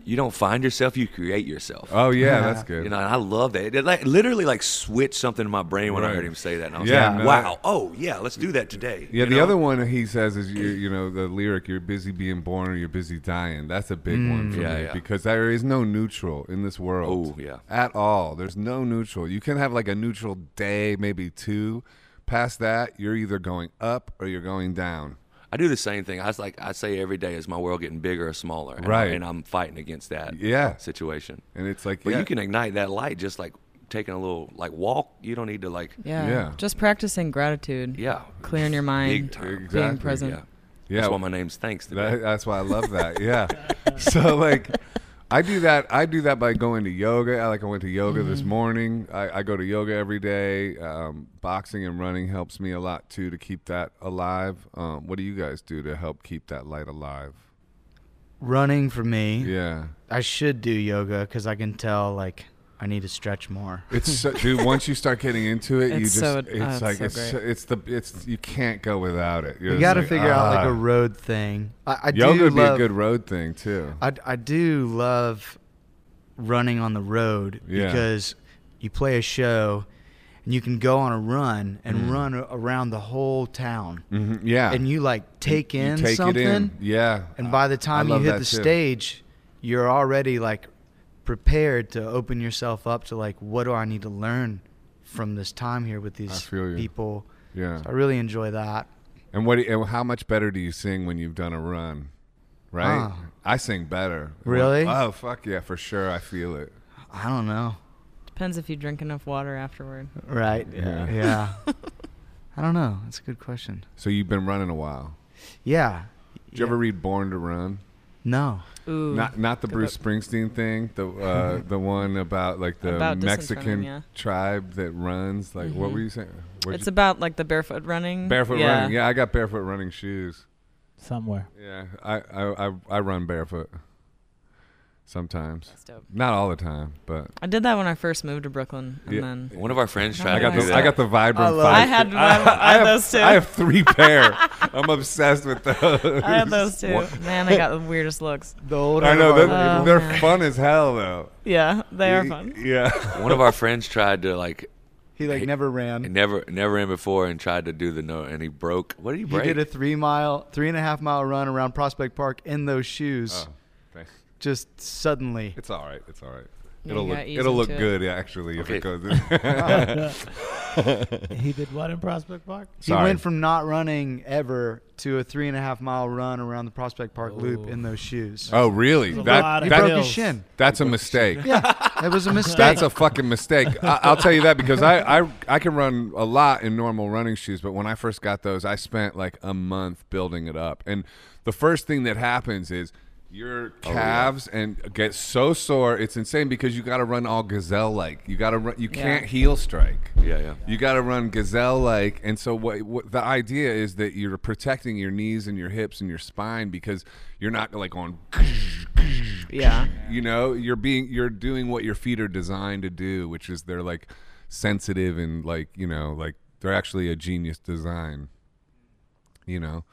you don't find yourself, you create yourself.
Oh yeah,
Yeah.
that's good.
You know, and I love that. It like, literally like switched something in my brain when I
Right.
heard him say that, and I was
Yeah,
like,
no,
"Wow, oh yeah, let's do that today."
yeah,
you
the
know?
other one he says is you, you know the lyric "You're busy being born or you're busy dying." That's a big one for
Mm, Yeah,
me
yeah.
because there is no neutral in this world.
Oh, yeah.
at all. There's no neutral. You can have like a neutral day, maybe two. Past that, you're either going up or you're going down.
I do the same thing. I was like, I say every day, is my world getting bigger or smaller? And I-
Right.
and I'm fighting against that
Yeah,
situation.
and it's like
But
yeah,
you can ignite that light just like taking a little like walk. You don't need to like
Yeah.
Yeah.
Just practicing gratitude.
yeah,
Clearing your mind.
Big time.
Exactly,
Being present.
Yeah.
yeah.
That's why my name's thanks today.
That, that's why I love that. Yeah. so like, I do that. I do that by going to yoga. I, like I went to yoga this
Mm-hmm.
morning. I, I go to yoga every day. Um, boxing and running helps me a lot too to keep that alive. Um, what do you guys do to help keep that light alive?
Running for me.
Yeah.
I should do yoga because I can tell like I need to stretch more.
It's so, dude. Once you start getting into it, you
It's
just
so-
it's
oh, it's
like
so
it's
great.
so- it's the it's you can't go without it. You're just
You got to
like,
figure out like
"Ah."
a road thing. I, I
yoga
do
would be
love,
a good road thing too.
I, I do love running on the road
Yeah.
because you play a show and you can go on a run and run a- around the whole town
Mhm, Mm. Yeah,
and you like take
You
in
take
something
it in. Yeah,
and by the
I
time you
love
hit
that
the
too.
stage you're already like prepared to open yourself up to like what do I need to learn from this time here with these
feel you.
people.
yeah.
So I really enjoy that.
And what? do you- and how much better do you sing when you've done a run? Right?
Ah.
I sing better.
Really?
Oh fuck yeah, for sure. I feel it.
I don't know.
Depends if you drink enough water afterward.
Right.
Yeah.
Yeah. I don't know. That's a good question.
So you've been running a while.
Yeah.
Did you ever read Born to Run?
No.
Ooh.
Not not the Bruce Springsteen thing. The uh, the one about like the
About distance
Mexican
running, yeah.
tribe that runs. Like what
Mhm.
were you saying? Where'd
it's
you-
about like the barefoot running.
barefoot
yeah.
running. Yeah, I got barefoot running shoes.
somewhere.
Yeah, I I I, I run barefoot. Sometimes,
That's dope.
not all the time, but
I did that when I first moved to Brooklyn, and
Yeah.
then
One of our friends tried
I
I
got
to do
like
the
that.
I got the
I
Vibram
love
five.
I had I, I had
have,
those too.
I have three pair. I'm obsessed with those.
I had those too.
What?
Man, I got the weirdest looks.
The older
I know
I
they're,
was,
Oh,
they're
man.
fun as hell though.
Yeah, they are
Y-
fun.
Yeah,
One of our friends tried to like
he like never
Mm-hmm.
ran.
never never in before and tried to do the no and he broke. What did he
He
break?
did a three mile, three and a half mile run around Prospect Park in those shoes,
Oh, thanks.
just suddenly.
it's all right. It's all right.
Yeah,
It'll
you
look
gotta ease
it'll look
into it.
good actually if it
Okay.
goes.
he did what in Prospect Park?
Sorry.
He went from not running ever to a three and a half mile run around the Prospect Park loop in those shoes.
oh really?
There's a
That,
lot of
he broke
that
hills.
his shin.
that's a mistake.
That was a mistake.
That's a fucking mistake. I, I'll tell you that because I, I I can run a lot in normal running shoes, but when I first got those, I spent like a month building it up. And the first thing that happens is your calves and get so sore, it's insane because you got to run all gazelle like. You got to run. You
Yeah.
can't heel strike.
yeah, yeah.
You got to run gazelle like, and so what, what? The idea is that you're protecting your knees and your hips and your spine because you're not like on
Yeah.
you know you're being you're doing what your feet are designed to do which is they're like sensitive and like you know like they're actually a genius design you know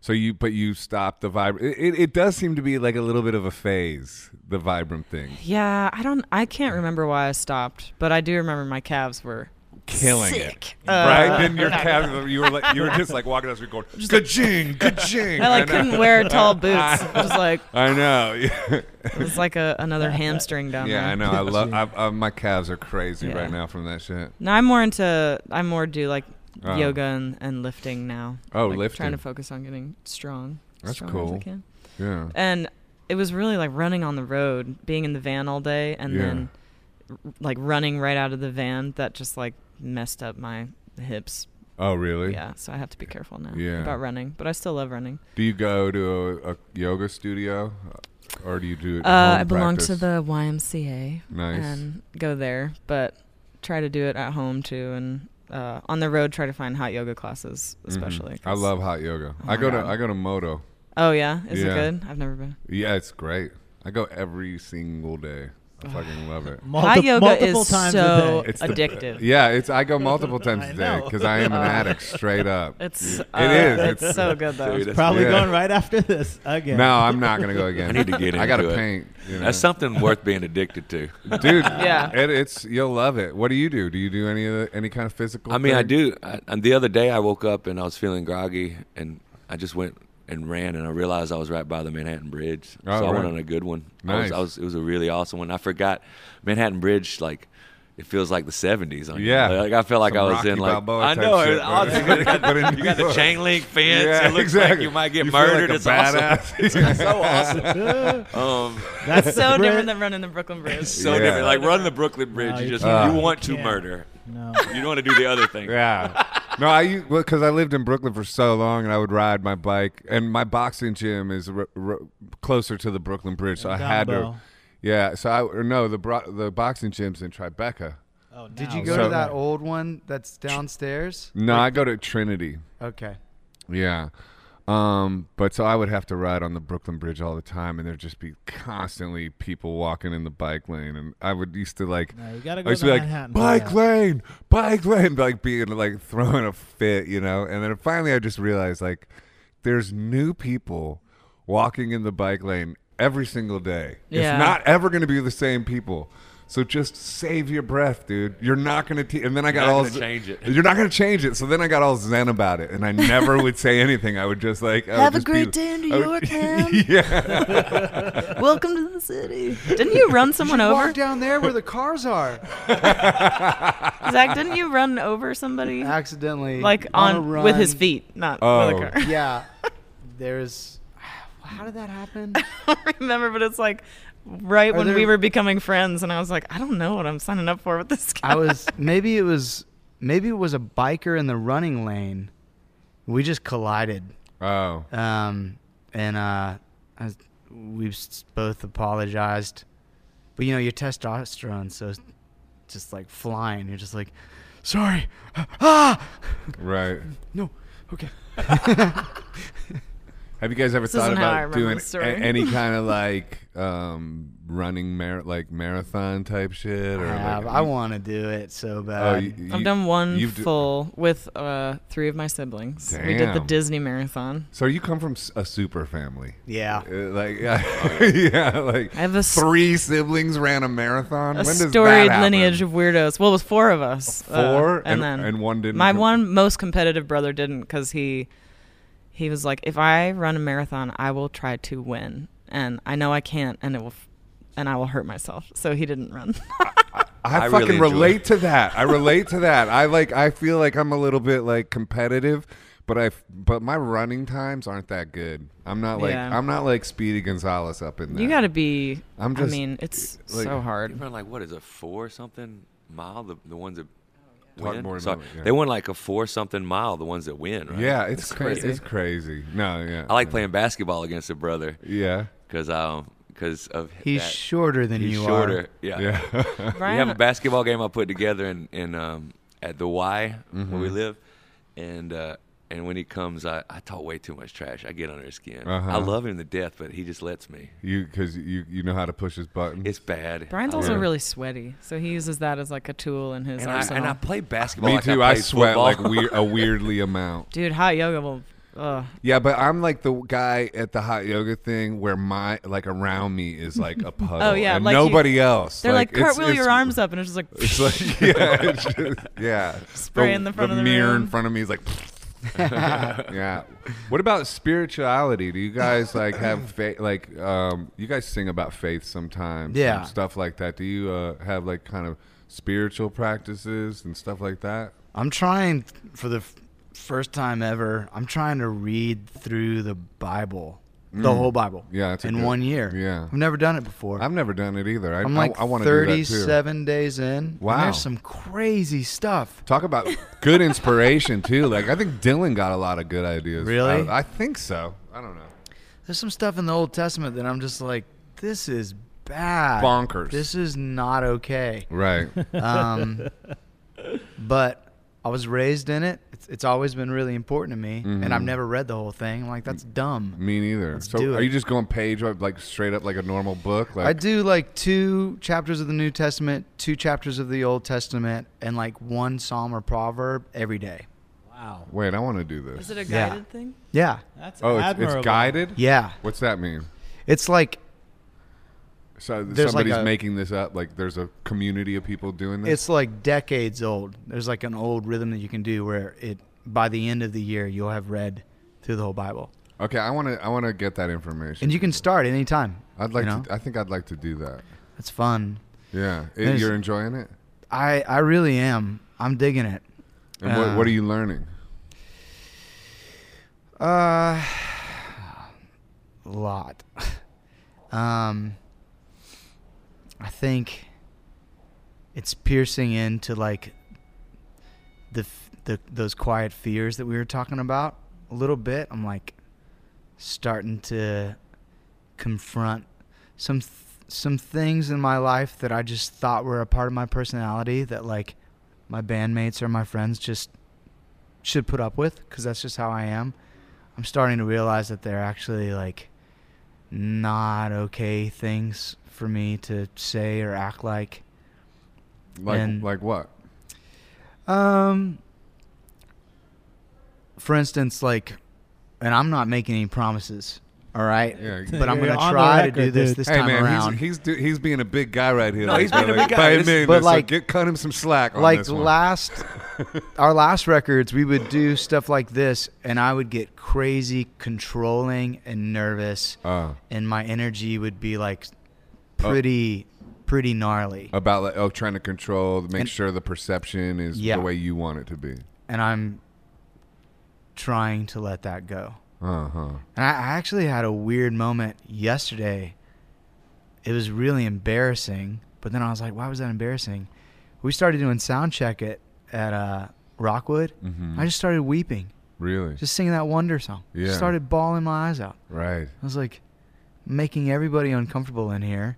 so you but you stop the vibram it, it, it does seem to be like a little bit of a phase the vibram thing
Yeah, I don't. I can't remember why I stopped, but I do remember my calves were
killing
sick. Uh,
it right then your calf you were like you were just like walking down the street going ka-ching ka-ching
I like
know.
couldn't wear tall boots. It was like
I know yeah,
it was like a, another hamstring down there.
I know I love I, I, uh, my calves are crazy
Yeah.
right now from that shit
No, I'm more into. I more do like
Oh.
yoga and, and lifting now.
Oh,
like,
lifting.
Trying to focus on getting strong.
That's
stronger as I
cool.
can.
yeah
And it was really like running on the road, being in the van all day, and
Yeah.
then r- like running right out of the van. That just like messed up my hips.
oh really
Yeah, so I have to be careful now
Yeah.
about running. But I still love running.
Do you go to a, a yoga studio, or do you do it?
Uh,
home
I belong to
practice?
the YMCA
Nice.
and go there, but try to do it at home too, and uh, on the road try to find hot yoga classes,
Mhm.
especially.
I
'cause-
love hot yoga.
Oh
I
my
go
God.
to I go to Moto.
Oh yeah, is
Yeah.
it good? I've never been.
Yeah, it's great. I go every single day. I fucking love it.
Multi-
High yoga
multiple
is
times
so
a day.
It's the-
addictive.
Yeah, it's I go multiple times
I
a day
know.
because I am an
Uh,
addict straight up.
It's
It
uh,
is,
It's,
it's-
so good though.
Dude, that's
Probably
Yeah.
going right after this again.
No, I'm not gonna go again.
I need to get
I gotta
into it.
paint. You know?
That's something worth being addicted to.
dude.
Yeah.
it, it's you'll love it. What do you do? Do you do any of the, any kind of physical?
I mean, I
thing?
do. I, and the other day, I woke up and I was feeling groggy, and I just went and ran, and I realized I was right by the Manhattan Bridge.
Oh,
so I
right.
went on a good one.
Nice.
I was, I was, it was a really awesome one. I forgot Manhattan Bridge, like. It feels like the '70s. On you.
Yeah.
like I felt like
Some
I was
Rocky
in like
Balboa
I
type
know.
shit,
it's awesome.
bro.
you got,
But in
you got
New
the
York.
chain link fence.
Yeah,
it looks like
exactly.
you might get
You feel like
murdered.
a
it's awesome.
badass.
it's so awesome.
Uh,
Um,
that's
It's so
Brit-
different than running the Brooklyn Bridge.
it's so
Yeah.
different. Like run the Brooklyn Bridge.
No,
you
you
just
can't.
you
You
want to
can't.
murder.
No.
You don't want to do the other thing.
Yeah. No, I because well 'cause I lived in Brooklyn for so long, and I would ride my bike, and my boxing gym is r- r- closer to the Brooklyn Bridge, so I had to.
Dumbo.
Yeah, so I or no the bro- the boxing gym's in Tribeca.
Oh,
Did
now
you go
So- Mm.
to that old one that's downstairs?
No, I go to Trinity.
Okay.
Yeah. Um, but so I would have to ride on the Brooklyn Bridge all the time, and there'd just be constantly people walking in the bike lane, and I would used to like.
No, you gotta
I
go
used
to
to be like
Manhattan.
bike
Yeah.
lane, bike lane, like being like throwing a fit, you know. And then finally, I just realized like there's new people walking in the bike lane every single day.
Yeah.
It's not ever going to be the same people. So just save your breath, dude. You're not going to. Te- and then I got
not
all
gonna change it.
You're not going to change it. So then I got all zen about it, and I never would say anything. I would just like I would
Have a
just be-
great day in New
I would-
York, man.
yeah.
Welcome to the city. Didn't you run someone
You
over?
Walk down there where the cars are.
Zach, didn't you run over somebody?
Accidentally,
Like
on,
on,
a run.
with his feet, not
Oh.
with a car.
Yeah. There's. How did that happen?
I don't remember, but it's like right
Are
when we
there-
were becoming friends, and I was like, I don't know what I'm signing up for with this guy.
I was maybe it was maybe it was a biker in the running lane. We just collided,
Oh.
um, and uh, I was, we s- both apologized. But you know, your testosterone's so just like flying. You're just like, sorry, ah,
Right.
no, okay.
Have you guys ever
This
thought
isn't how I
about
remember
doing
the story.
a- any kind of like um, running mar- like marathon type shit? Or
I,
like,
have- I want to do it so bad.
Oh, you- you-
I've done one
you've d-
full with uh, three of my siblings. We did the
Damn.
Disney marathon.
So you come from s- a super family,
yeah,
Uh, like yeah, yeah, like
I have a s-
three siblings ran a marathon.
A
when does
storied
that happen?
lineage of weirdos. Well, it was four of us. uh,
Four
and, then
and one didn't.
my
come-
one most competitive brother didn't because he he was like, if I run a marathon, I will try to win, and I know I can't, and it will. f- And I will hurt myself. So he didn't run.
I,
I really
fucking
enjoy
relate to that. I relate to that. I like. I feel like I'm a little bit like competitive, but I but my running times aren't that good. I'm not like
Yeah.
I'm not like Speedy Gonzalez up in there.
You got to be. i
I'm just-
mean, it's
like-
so hard.
They run like what is it, four something mile? The the ones that
Talk
win.
more
So
about it, Oh, yeah.
They won like a four something mile. The ones that win, right?
Yeah, it's, crazy.
crazy.
It's crazy. No, yeah.
I like playing basketball against a brother
Yeah,
because um because of
he's
that.
shorter than
he's
you
shorter.
are.
Yeah.
yeah.
We
Brian,
have a basketball game I put together in in um at the Y where
Mm-hmm.
we live, and. uh and when he comes, I, I talk way too much trash. I get under his skin.
Uh-huh.
I love him to death, but he just lets me.
you because you you know how to push his button.
It's bad.
Brian's
I
also
Yeah.
love-
really sweaty, so he uses that as like a tool in his
and I,
arsenal.
and I play basketball.
Me
like
too.
I,
I,
play
sweat
football.
like weir- a weirdly amount.
Dude, hot yoga will. Uh,
Yeah, but I'm like the guy at the hot yoga thing where my like around me is like a puddle.
Oh, yeah,
and
like you-
nobody else.
they're like,
it's-
cartwheel
it's-
your arms up, and it's just like,
It's like yeah, it's just, yeah.
Spray in the front of the
mirror in
room.
front of me is like. yeah. What about spirituality? Do you guys like have faith? Like, um, you guys sing about faith sometimes.
Yeah.
and stuff like that. Do you uh, have like kind of spiritual practices and stuff like that?
I'm trying for the f- first time ever. I'm trying to read through the Bible, the whole Bible.
Mm. Yeah, that's a
in
good-
one year.
yeah.
I've never done it before.
I've never done it either. I,
I'm like
I, I want to do that too.
37 days in. and
Wow.
there's some crazy stuff.
Talk about good inspiration too. Like I think Dylan got a lot of good ideas.
Really?
I, I think so. I don't know.
There's some stuff in the Old Testament that I'm just like, this is bad.
Bonkers.
This is not okay.
Right.
Um, but I was raised in it. It's, it's always been really important to me,
Mhm.
and I've never read the whole thing. I'm like, that's dumb.
Me neither.
Let's
so
do
are
it.
you just going page like straight up like a normal book? Like
I do like two chapters of the New Testament, two chapters of the Old Testament, and like one psalm or proverb every day.
Wow.
Wait, I want to do this.
Is it a
Yeah.
guided thing?
Yeah,
That's
oh, it's,
admirable.
it's guided.
yeah.
What's that mean?
It's like
So
There's like
somebody's
a-
making this up. Like there's a community of people doing this.
it's like decades old. There's like an old rhythm that you can do where it by the end of the year you'll have read through the whole Bible,
okay, I want to. I want to get that information.
and you can start at any time.
I'd like
you know?
to. I think I'd like to do that.
It's fun.
Yeah, It-
There's-
you're enjoying it.
I I really am. I'm digging it.
And what,
Uh,
what are you learning?
Uh, a lot. um, I think it's piercing into like the f- the those quiet fears that we were talking about a little bit. I'm like starting to confront some th- some things in my life that I just thought were a part of my personality that like my bandmates or my friends just should put up with because that's just how I am. I'm starting to realize that they're actually like not okay things for me to say or act like.
Like
and-
like what?
Um, for instance, like, and I'm not making any promises, all right?
Yeah.
But I'm
You're
gonna
on the
try to do
record,
this
dude.
this
hey
time
man,
around.
he's he's, do, he's being a big guy right here.
No, he's being a big guy.
By
This-
admitting
but
this, so
like-
get cut him some slack. On
like
this one.
last our last records we would do stuff like this and i would get crazy controlling and nervous
Uh,
and my energy would be like
Oh.
pretty pretty gnarly
about like, oh, trying to control, make
And-
sure the perception is
Yeah.
the way you want it to be.
and i'm trying to let that go
Uh huh.
and i I actually had a weird moment yesterday it was really embarrassing but then i was like why was that embarrassing we started doing sound check at, at uh, rockwood
Mm-hmm.
i just started weeping
really
just singing that wonder song.
Yeah.
Just started bawling my eyes out.
right.
I was like, making everybody uncomfortable in here.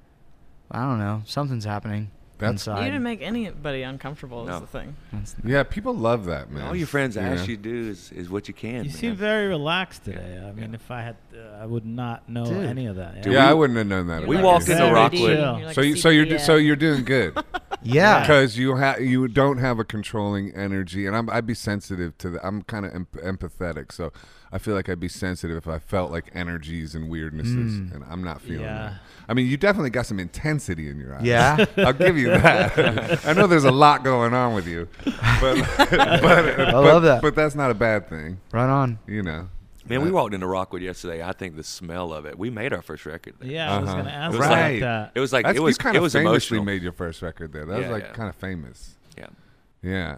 I don't know. Something's happening
That's
inside.
You didn't make anybody uncomfortable.
No.
Is the thing.
That's-
yeah. People love that man.
All your friends
Yeah.
ask you to do is, is what you can.
You
man.
seem very relaxed today. I mean,
Yeah.
if I had, uh, I would not know
Dude.
any of that.
Do
yeah,
we-
I wouldn't have known that.
We
about
walked
you.
into
very
Rockwood.
chill.
So you so you're do- so you're doing good
yeah.
Yeah.
because you ha- you don't have a controlling energy, and I'm, I'd be sensitive to that. I'm kind of em- empathetic, so I feel like I'd be sensitive if I felt like energies and weirdnesses,
Mm.
and I'm not feeling
Yeah.
that. I mean, you definitely got some intensity in your eyes.
Yeah.
I'll give you that. I know there's a lot going on with you, but but, I
love that.
But that's not a bad thing,
right on.
you know.
Man, we walked into Rockwood yesterday. I think the smell of it. We made our first record. There.
Yeah, I was
Uh-huh.
gonna ask
It was
about
like-
that.
It was like
That's,
it was
you kind
it
of
was
famously
emotional.
made your first record there. That was
Yeah,
like
yeah.
kind of famous.
Yeah.
Yeah.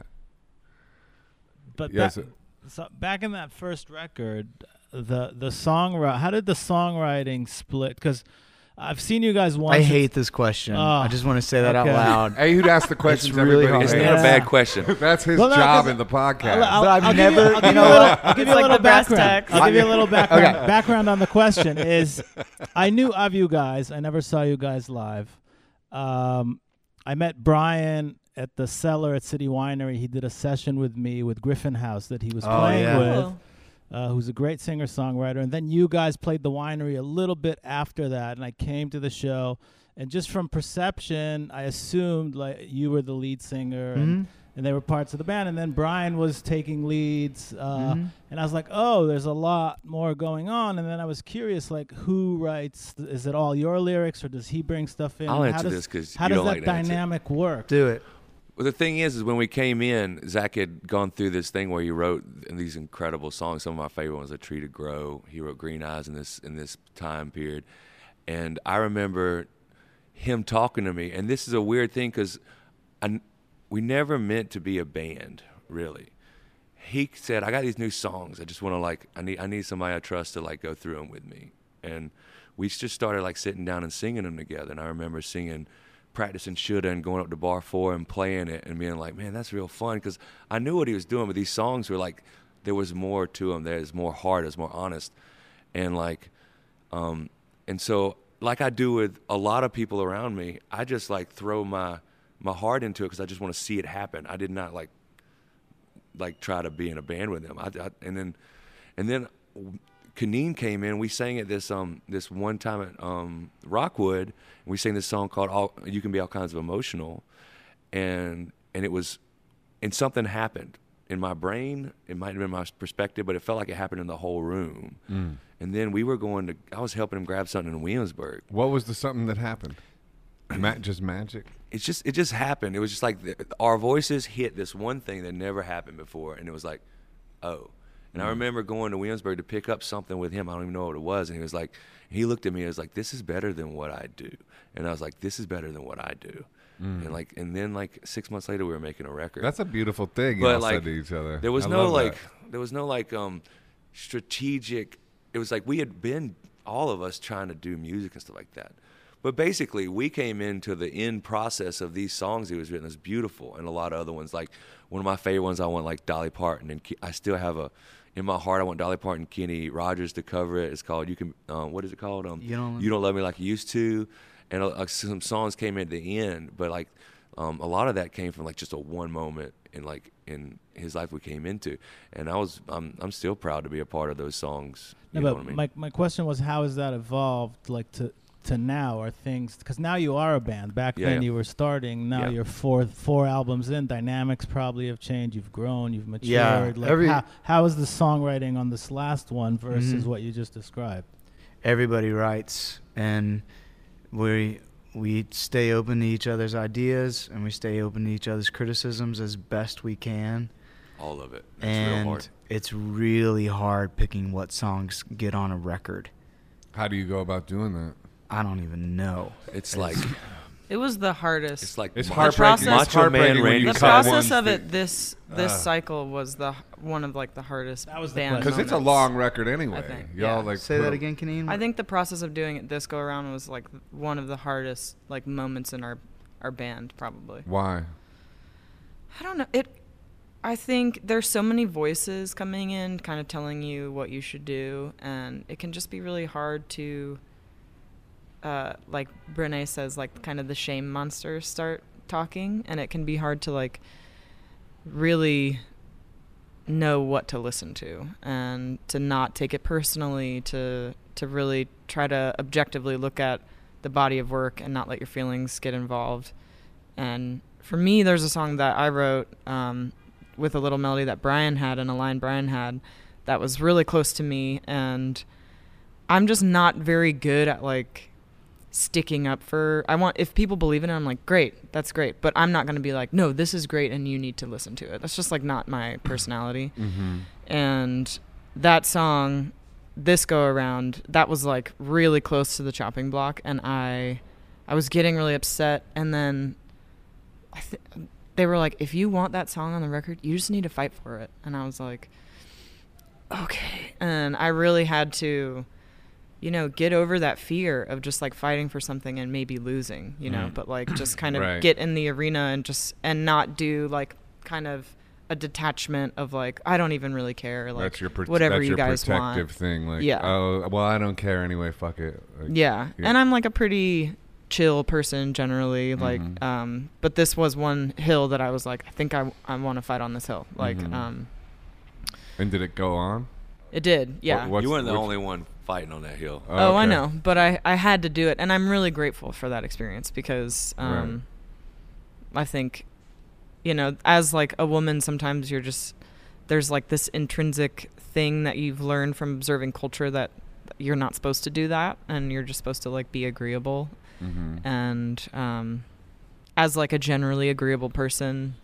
but
Yes,
that,
it-
so back in that first record, the the songwriting. How did the songwriting split? Because I've seen you guys once.
I hate this question.
Oh,
I just want to say that
okay.
out loud.
Hey, who'd ask the questions?
really
everybody
It's
hard.
hates?
not a
Yeah.
bad question.
That's his
Well, no, 'cause
job in the podcast.
I'll, I'll,
But I've
I'll
never-
give you, I'll give
you know
a little,
what?
I'll give
It's
you a
like
little
the brass
background.
tacks.
I'll give you a little background.
Okay.
Background on the question is, I knew of you guys. I never saw you guys live. Um, I met Brian at the cellar at City Winery. He did a session with me with Griffin House that he was
Oh,
playing
yeah.
with uh, who's a great singer songwriter. And then you guys played the winery a little bit after that, and I came to the show. And just from perception, I assumed like you were the lead singer, and,
Mhm.
and they were parts of the band. And then Brian was taking leads, uh,
Mhm.
and I was like, "Oh, there's a lot more going on." And then I was curious, like, who writes? Is it all your lyrics, or does he bring stuff in?
I'll
And
answer
how does,
this 'cause
how
you
does
don't
that
like to answer.
dynamic work?
Do it.
Well, the thing is, is when we came in, Zach had gone through this thing where he wrote these incredible songs. Some of my favorite ones are "Tree to Grow." He wrote "Green Eyes" in this in this time period, and I remember him talking to me. And this is a weird thing because we never meant to be a band, really. He said, "I got these new songs. I just want to like, I need I need somebody I trust to like go through them with me." And we just started like sitting down and singing them together. And I remember singing practicing shoulda and going up to bar four and playing it and being like, man, that's real fun because I knew what he was doing, but these songs were like, there was more to them. There's more hard. There's more honest, and like, um, and so like I do with a lot of people around me, I just like throw my my heart into it because I just want to see it happen. I did not like like try to be in a band with him. I, I, and then, and then Kaneen came in. We sang at this um this one time at um Rockwood. And we sang this song called "All You Can Be All Kinds of Emotional," and and it was, and something happened in my brain. It might have been my perspective, but it felt like it happened in the whole room.
Mm.
And then we were going to. I was helping him grab something in Williamsburg.
What was the something that happened? Ma- just magic.
It's just it just happened. It was just like the, our voices hit this one thing that never happened before, and it was like, oh. And I remember going to Williamsburg to pick up something with him. I don't even know what it was. And he was like, he looked at me. and was like, this is better than what I do. And I was like, this is better than what I do. And like, and then like six months later, we were making a record.
That's a beautiful thing.
But,
you all
like,
said to each other.
There was
I
no
love
like
that.
there was no like um strategic it was like we had been all of us trying to do music and stuff like that. But basically we came into the end process of these songs he was written as beautiful and a lot of other ones like one of my favorite ones I want like Dolly Parton and Ke- I still have a in my heart I want Dolly Parton Kenny Rogers to cover it. It's called you can um, what is it called um
You Don't-
you don't love me like you used to and uh, some songs came at the end but like um, a lot of that came from like just a one moment in like in his life we came into and i was i'm, I'm still proud to be a part of those songs
No,
you know
but
what i mean
my my question was how has that evolved like to to now are things because now you are a band back
Yeah,
then
yeah.
you were starting now
Yeah.
you're four four albums in dynamics probably have changed you've grown you've matured
Yeah,
like
every-
how, how is the songwriting on this last one
Mm-hmm.
versus
Mhm.
what you just described
everybody writes and we we stay open to each other's ideas and we stay open to each other's criticisms as best we can
all of it it's real
and
hard
it's really hard picking what songs get on a record
How do you go about doing that?
i don't even know
it's like
It was the hardest.
it's like
It's
macho-
heartbreaking.
process-
it's heartbreaking
Macho Man
when
Randy
you
the
cut
cut
process
ones
of
that-
it this this
Ah.
cycle was the h- one of like the hardest.
That was the
band
question.
because it's a
moments.
long record anyway.
think,
Y'all
yeah.
like
say
put
that
a-
again Kaneen.
I think the process of doing it this go around was like one of the hardest like moments in our our band probably.
Why?
I don't know. It I think there's so many voices coming in kind of telling you what you should do and it can just be really hard to uh like Brené says like kind of the shame monsters start talking and it can be hard to like really know what to listen to and to not take it personally to to really try to objectively look at the body of work and not let your feelings get involved and for me there's a song that i wrote um, with a little melody that brian had and a line brian had that was really close to me and i'm just not very good at like sticking up for i want if people believe in it i'm like great that's great but i'm not going to be like no this is great and you need to listen to it that's just like not my personality
Mm-hmm.
and that song this go around that was like really close to the chopping block and i i was getting really upset and then i th- they were like if you want that song on the record you just need to fight for it and i was like okay and i really had to you know get over that fear of just like fighting for something and maybe losing you know
Mm.
but like just kind of
Right.
get in the arena and just and not do like kind of a detachment of like I don't even really care like
that's your prote-
whatever
that's
you
your
guys
protective
want.
thing. Like,
Yeah.
oh, well, I don't care anyway. Fuck it. Like,
Yeah.
Yeah.
And I'm like a pretty chill person generally like
Mhm.
um but this was one hill that I was like I think I I want to fight on this hill like
Mhm.
um
And did it go on?
it did. Yeah.
what's-
you weren't the
which-
only one fighting on that hill
oh, I
okay.
know, but I I had to do it and I'm really grateful for that experience because um I think you know, as like a woman sometimes you're just there's like this intrinsic thing that you've learned from observing culture that you're not supposed to do that and you're just supposed to like be agreeable
Mhm.
and um as like a generally agreeable person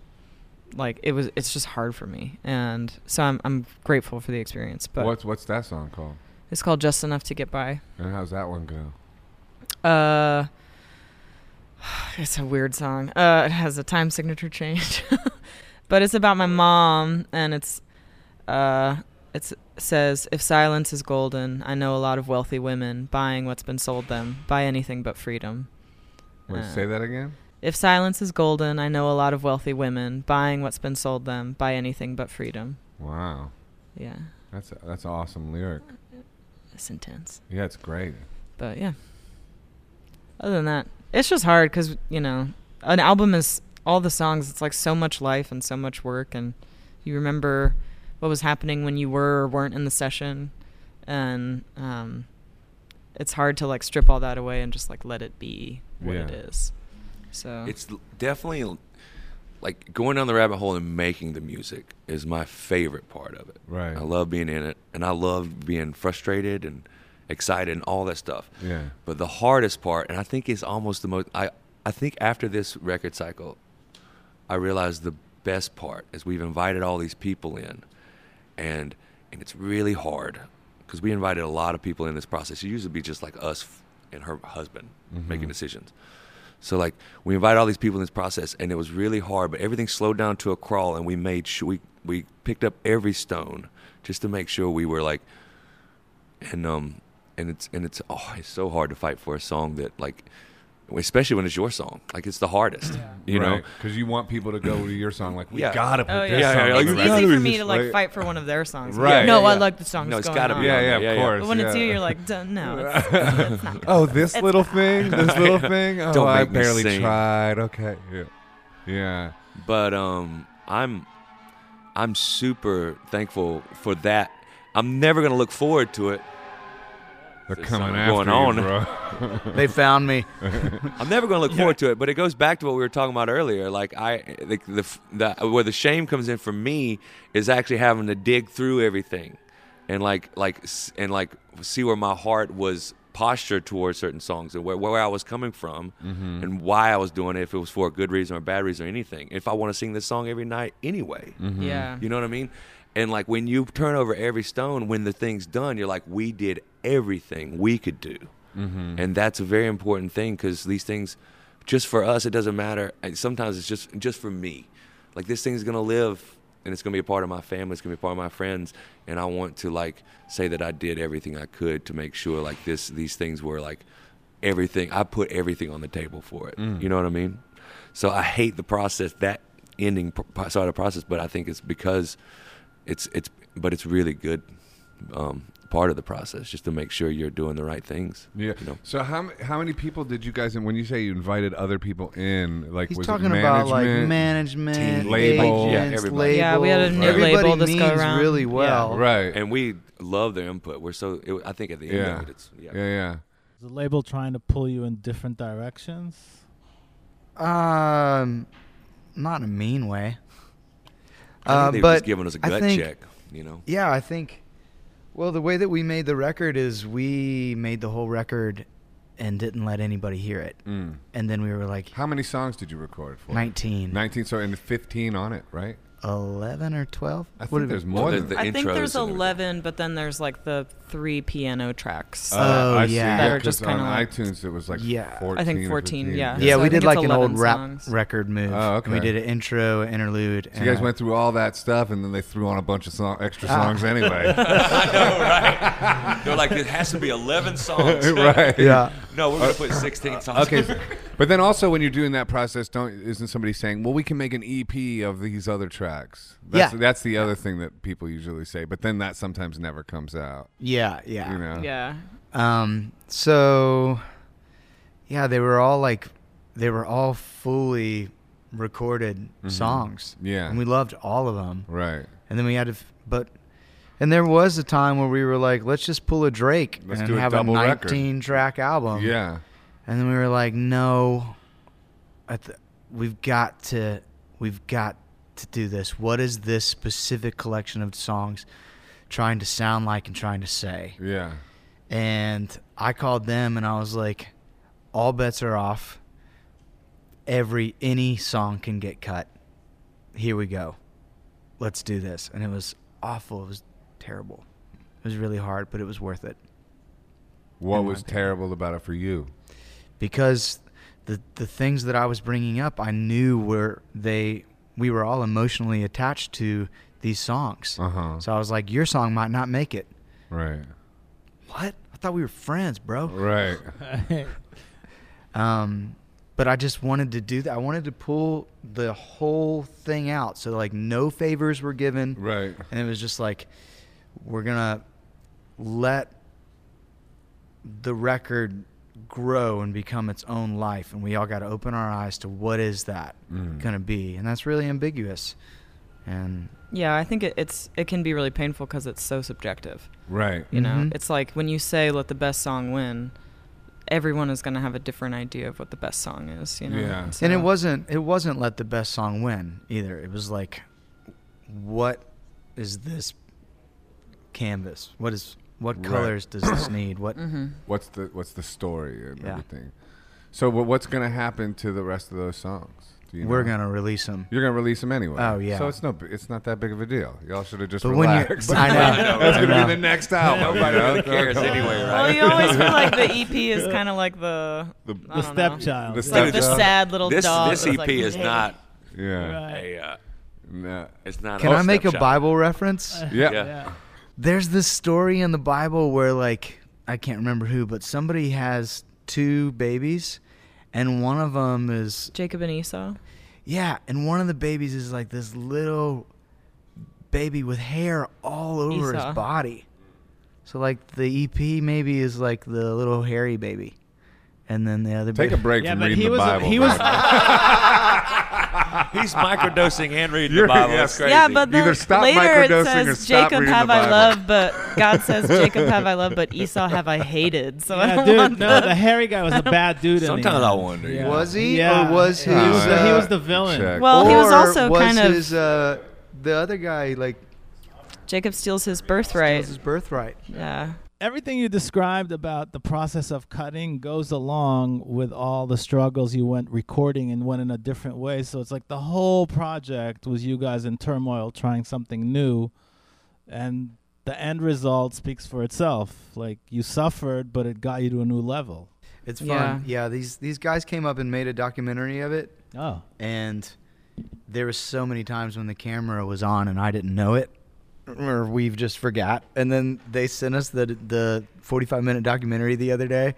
like it was it's just hard for me and so i'm i'm grateful for the experience but
what's what's that song called?
it's called just enough to get by
And how's that one go?
uh it's a weird song uh it has a time signature change but it's about my mom and it's uh it says if silence is golden i know a lot of wealthy women buying what's been sold them buy anything but freedom
Wait,
Uh,
say that again.
If silence is golden, I know a lot of wealthy women buying what's been sold them by anything but freedom.
Wow,
Yeah,
that's that's an awesome lyric.
it's intense.
Yeah, it's great.
But yeah. Other than that, it's just hard because, you know, an album is all the songs, it's like so much life and so much work, and You remember what was happening when you were or weren't in the session, and um, it's hard to like strip all that away and just like let it be what
Yeah.
it is. So
It's l- definitely l- like going down the rabbit hole and making the music is my favorite part of it.
Right.
I love being in it and I love being frustrated and excited and all that stuff.
Yeah.
But the hardest part, and I think it's almost the most, I, I think after this record cycle, I realized the best part is we've invited all these people in, and and it's really hard because we invited a lot of people in this process. It used to be just like us f- and her husband making decisions. So like we invited all these people in this process, and it was really hard. But everything slowed down to a crawl, and we made sure we we picked up every stone just to make sure we were like, and um, and it's and it's oh, it's so hard to fight for a song that like, especially when it's your song, like it's the hardest, you know.
because you want people to go to your song. Like we
Yeah.
gotta put
Oh,
this
yeah.
song.
Yeah, yeah,
on
like,
it's
the
you
record.
easy
gotta
for
do
me
this,
to like
right?
fight for one of their songs.
Right.
No,
Yeah,
I
yeah.
like the songs.
No, it's
going
gotta
on.
be
Yeah, yeah, of
Yeah, yeah.
course.
But when it's
yeah.
you, you're like, "Duh, no, it's, it's not. good."
Oh, this little thing, this little thing. Oh,
Don't
I
make me
barely
sing.
tried. Okay, yeah, yeah,
But um, I'm I'm super thankful for that. I'm never gonna look forward to it.
they're
There's
coming
something
after
going
you,
on.
bro.
They found me.
I'm never going to look forward to it, but it goes back to what we were talking about earlier. Like I, the, the, the where the shame comes in for me is actually having to dig through everything, and like like s- and like see where my heart was postured towards certain songs and where, where I was coming from and why I was doing it, if it was for a good reason or a bad reason or anything. If I want to sing this song every night anyway,
Yeah.
you know what I mean? And like when you turn over every stone, when the thing's done, you're like, we did everything we could do. And that's a very important thing because these things, just for us, it doesn't matter. And sometimes it's just just for me. Like this thing's gonna live, and it's gonna be a part of my family. It's gonna be a part of my friends, and I want to like say that I did everything I could to make sure like this these things were like everything. I put everything on the table for it.
Mm.
You know what I mean? So I hate the process that ending pr- pro- side of the process, but I think it's because it's it's but it's really good um, part of the process just to make sure you're doing the right things.
Yeah.
You know?
So how m- how many people did you guys? And when you say you invited other people in, like
He's
was
talking
it
about like
management?
management,
Team,
label.
agents,
Yeah,
everybody. Yeah, we had a
labels.
new
Everybody
label this
means
go around.
really
Yeah.
well.
right?
And we love their input. We're so it, I think at the end
Yeah.
of it, it's yeah.
yeah, yeah.
Is the label trying to pull you in different directions?
Um, not in a mean way.
I think
Uh,
they've
but
just given us a
I
gut
think-
check. You know,
Yeah, I think. Well, the way that we made the record is we made the whole record and didn't let anybody hear it,
Mm.
and then we were like
How many songs did you record for?
19,
Nineteen. So and fifteen on it, right?
11 or twelve.
I
What
think
did-
there's more
Well,
than
the
that.
I think
intros
there's
and everything.
11, but then there's like the three piano tracks.
Uh, Oh,
I see.
yeah.
That are
'cause
just
on
kinda like-
iTunes it was like
Yeah. I think
14 or
14,
15,
yeah.
Yeah,
So I
we
think
did
it's
like an
11
old rap
songs.
record move.
Oh,
and we
okay.
did an intro, interlude.
So you guys went through all that stuff, and then they threw on a bunch of song, extra
Ah.
songs anyway.
I know, right? They're like, it has to be 11 songs.
right?
Yeah.
No, we're gonna put 16 songs.
Okay. so- but then also, when you're doing that process, don't isn't somebody saying, "Well, we can make an EP of these other tracks"? That's,
Yeah.
That's the other thing that people usually say, but then that sometimes never comes out.
Yeah, yeah.
You know.
yeah.
Um, so yeah, they were all like they were all fully recorded songs.
Mm-hmm. Yeah.
And we loved all of them.
Right.
And then we had to f- but and there was a time where we were like, let's just pull a Drake
Let's
and
do a
have a
double record.
19 track album.
yeah.
And then we were like, no, I th- we've got to, we've got to do this. What is this specific collection of songs trying to sound like and trying to say?
Yeah.
And I called them and I was like, all bets are off. Every any song can get cut. Here we go. Let's do this. And it was awful. It was terrible. It was really hard, but it was worth it.
What
In my
was
opinion.
terrible about it for you?
because the the things that I was bringing up, I knew were they we were all emotionally attached to these songs.
Uh huh.
So I was like, your song might not make it.
Right.
What? I thought we were friends, bro.
Right.
Um, but I just wanted to do that. I wanted to pull the whole thing out. So like, no favors were given.
Right.
and it was just like we're gonna let the record grow and become its own life and we all got to open our eyes to what is that
Mm.
gonna be and that's really ambiguous and
Yeah, I think it, it's it can be really painful because it's so subjective.
Right.
You know,
Mhm.
it's like when you say "let the best song win," everyone is going to have a different idea of what the best song is. You know,
Yeah.
and it
so-
wasn't it wasn't let the best song win either. It was like, what is this canvas? What is what
Right.
colors does this need? What
What's the What's the story and
Yeah.
everything? So wh- what's going to happen to the rest of those songs? Do you
we're
know?
gonna release them?
You're gonna release them anyway.
Oh, yeah.
So it's no, b- it's not that big of a deal. Y'all should have just
But when you-
relaxed.
I know.
That's
I
gonna
know.
be the next album.
Nobody
you know?
really cares anyway, right?
Well, you always feel like the EP is kind of like the
The-
I
The
don't know.
stepchild.
The
It's like the
Stepchild.
sad little
This
dog.
this
that's
EP
like,
is not
Yeah.
Right.
a. Uh,
Nah.
it's not.
Can
a
I make a
snapshot.
Bible reference?
Yeah.
Yeah.
Yeah.
There's this story in the Bible where like I can't remember who, but somebody has two babies, and one of them is
Jacob and Esau.
Yeah, and one of the babies is like this little baby with hair all over
Esau.
his body. So like the EP maybe is like the little hairy baby, and then the other
Take a
baby.
break
Yeah,
from
but
reading
he
the
was a-
Bible.
he was-
man.
He's microdosing and reading
You're-
the Bible.
yeah,
That's crazy.
Yeah, but then
Either stop
later
microdosing
it
or
says
stop
Jacob
reading the
have I
Bible."
loved, but God says Jacob have I loved, but Esau have I hated. So I
Yeah,
don't
dude,
want
no,
the-
the hairy guy was a bad dude. in the
Sometimes
end.
I wonder, yeah.
Was he, or
Yeah.
was
He was, the,
his,
he
uh,
was the villain.
Check.
Well, he was
Or
also
was
kind
his,
of
uh, the other guy like
Jacob steals his birthright.
was his birthright.
yeah.
Everything you described about the process of cutting goes along with all the struggles you went recording and went in a different way. So it's like the whole project was you guys in turmoil trying something new, and the end result speaks for itself. Like you suffered, but it got you to a new level.
It's fun.
Yeah.
yeah, these these guys came up and made a documentary of it,
Oh,
and there was so many times when the camera was on and I didn't know it or we've just forgot and then they sent us the the 45 minute documentary the other day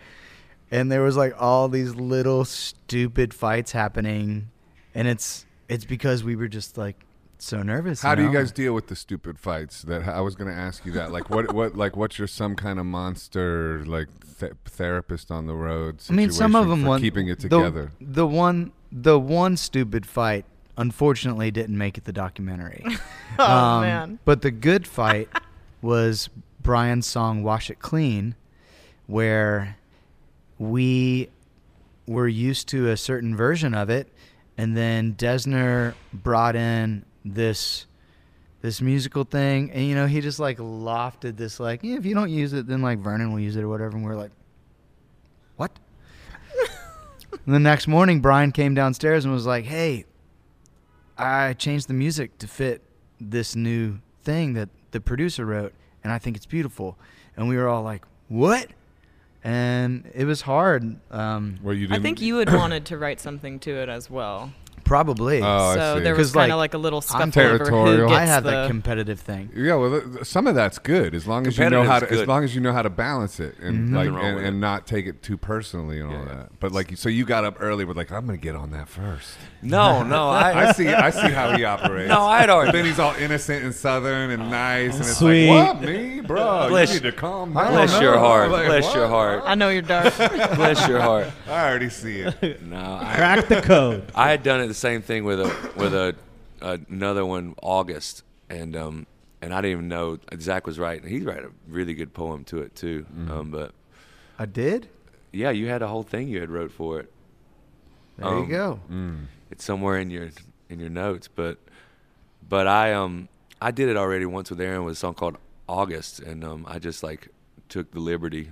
and there was like all these little stupid fights happening and it's it's because we were just like so nervous
How do you
know?
guys deal with the stupid fights? That I was going to ask you that. Like what? What? Like what's your some kind of monster like th- therapist on the road?
I mean some of
situation
them
for
won,
keeping it
the-
together.
the, one the one stupid fight unfortunately didn't make it the documentary
Oh
Um,
man.
But the good fight was Brian's song "Wash It Clean," where we were used to a certain version of it, and then Desner brought in this this musical thing, and you know he just like lofted this like, yeah, if you don't use it, then like Vernon will use it or whatever, and we're like, what? And the next morning, Brian came downstairs and was like, "Hey, I changed the music to fit this new thing that the producer wrote, and I think it's beautiful." And we were all like, "What?" And it was hard, um,
Where you
I
didn't.
think you had wanted to write something to it as well.
probably.
Oh, I
so
see.
there was
'Cause,
kind of
like,
like, a little scuffle over who
territorial.
gets
I had
the,
that competitive thing.
Yeah, well, th- some of that's good as long as you know how to
Competitive's
as
good. Mm-hmm.
long as you know how to balance it and
Mhm.
like
Nothing wrong
and,
with
and
it.
not take it too personally and all
Yeah.
that. But like, so you got up early with like, I'm gonna get on that first.
No, no, I,
I see, I see how he operates.
no, I
But
don't.
then he's all innocent and southern and nice, and it's
Sweet.
like, what me, bro?
Bless-
you need to calm
I
down.
don't
Bless
know.
your heart.
Like,
Bless your
what?
I
heart.
know you're dark.
Bless your heart.
I already see it.
No, I,
crack the code.
I had done it the same thing with a with a another one August and um and I didn't even know Zach was right and he wrote a really good poem to it too
Mm-hmm.
um but
I did.
yeah you had a whole thing you had wrote for it
There
Um,
you go.
Mm.
it's somewhere in your in your notes but but I um I did it already once with Aaron with a song called August and um I just like took the liberty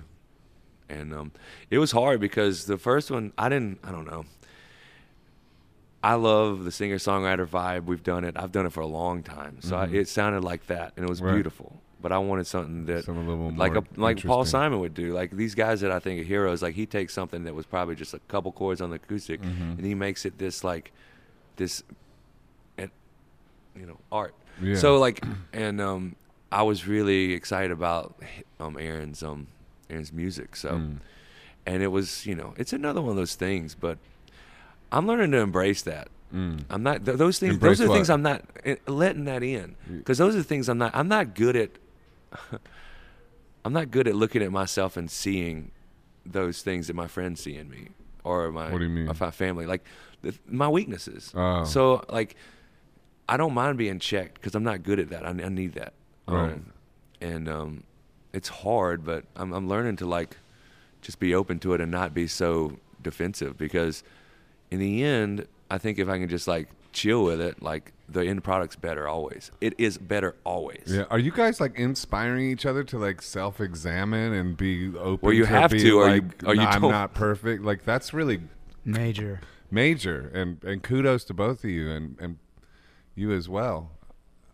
and um it was hard because the first one I didn't I don't know I love the singer songwriter vibe. We've done it. I've done it for a long time, so I, it sounded like that, and it was
Right.
beautiful. But I wanted something that,
Something a little
like
more
like Paul
interesting.
Simon would do. Like these guys that I think are heroes. Like he takes something that was probably just a couple chords on the acoustic,
Mm-hmm.
and he makes it this like this, and you know, art.
Yeah.
So like, and um, I was really excited about um Aaron's um Aaron's music. So
Mm.
and it was you know it's another one of those things but i'm learning to embrace that i'm not th- those things
Mm. Embrace
those are the
what?
things i'm not eh, letting that in because those are the things i'm not i'm not good at i'm not good at looking at myself and seeing those things that my friends see in me or my
What do you mean?
of my family like the, my weaknesses
Oh.
so like I don't mind being checked because I'm not good at that. I, I need that.
Right.
Um, and um, it's hard, but I'm, I'm learning to like just be open to it and not be so defensive because in the end, I think if I can just like chill with it, like the end product's better always. It is better always.
Yeah. Are you guys like inspiring each other to like self-examine and be open?
Well, you
to
have
be,
to, or you-
like,
or you
"Nah, I'm
don't."
not perfect. Like that's really
Major.
major, and and kudos to both of you, and and you as well.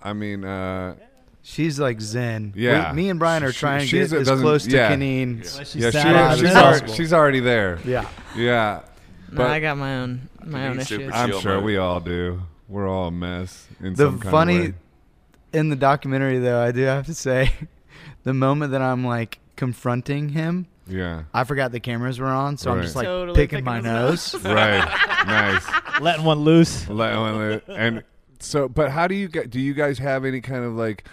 I mean, uh,
She's like Zen. We-
Yeah.
me and Brian are
She-
trying to
she's-
get
it
as
doesn't-
close to
yeah.
Kineen's.
Unless
yeah,
sat
she-
out as
she's,
possible.
already, she's already there.
Yeah.
Yeah,
No,
but-
I got my own my own
Convenience super
issues.
cheap.
I'm
Chill
sure
mode.
we all do. We're all a mess. In
The
some kind of
funny-
way.
In the documentary, though, I do have to say, the moment that I'm like confronting him,
yeah.
I forgot the cameras were on, so I'm
Right.
just like
Totally picking
picking my
his
nose.
Right. nice.
letting one loose.
Let- let- oh, and so but how do you get do you guys have any kind of like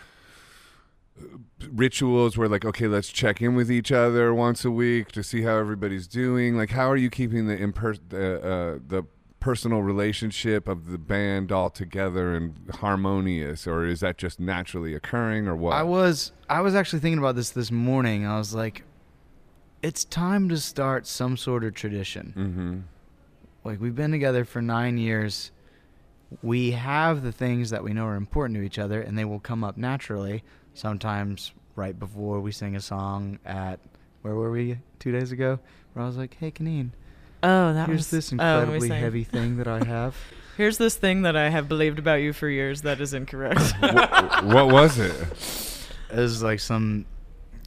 rituals where like okay let's check in with each other once a week to see how everybody's doing like how are you keeping the imper- the, uh, the personal relationship of the band all together and harmonious or is that just naturally occurring or what
I was I was actually thinking about this this morning. I was like, it's time to start some sort of tradition.
mm-hmm
Like we've been together for nine years. We have the things that we know are important to each other, and they will come up naturally. Sometimes right before we sing a song at where were we two days ago? Where I was like, "Hey, Kaneen,
Oh, that
here's
was
this
oh, when we
incredibly
sang.
heavy thing that I have."
Here's this thing that I have believed about you for years that is incorrect.
what, what was it
it was like some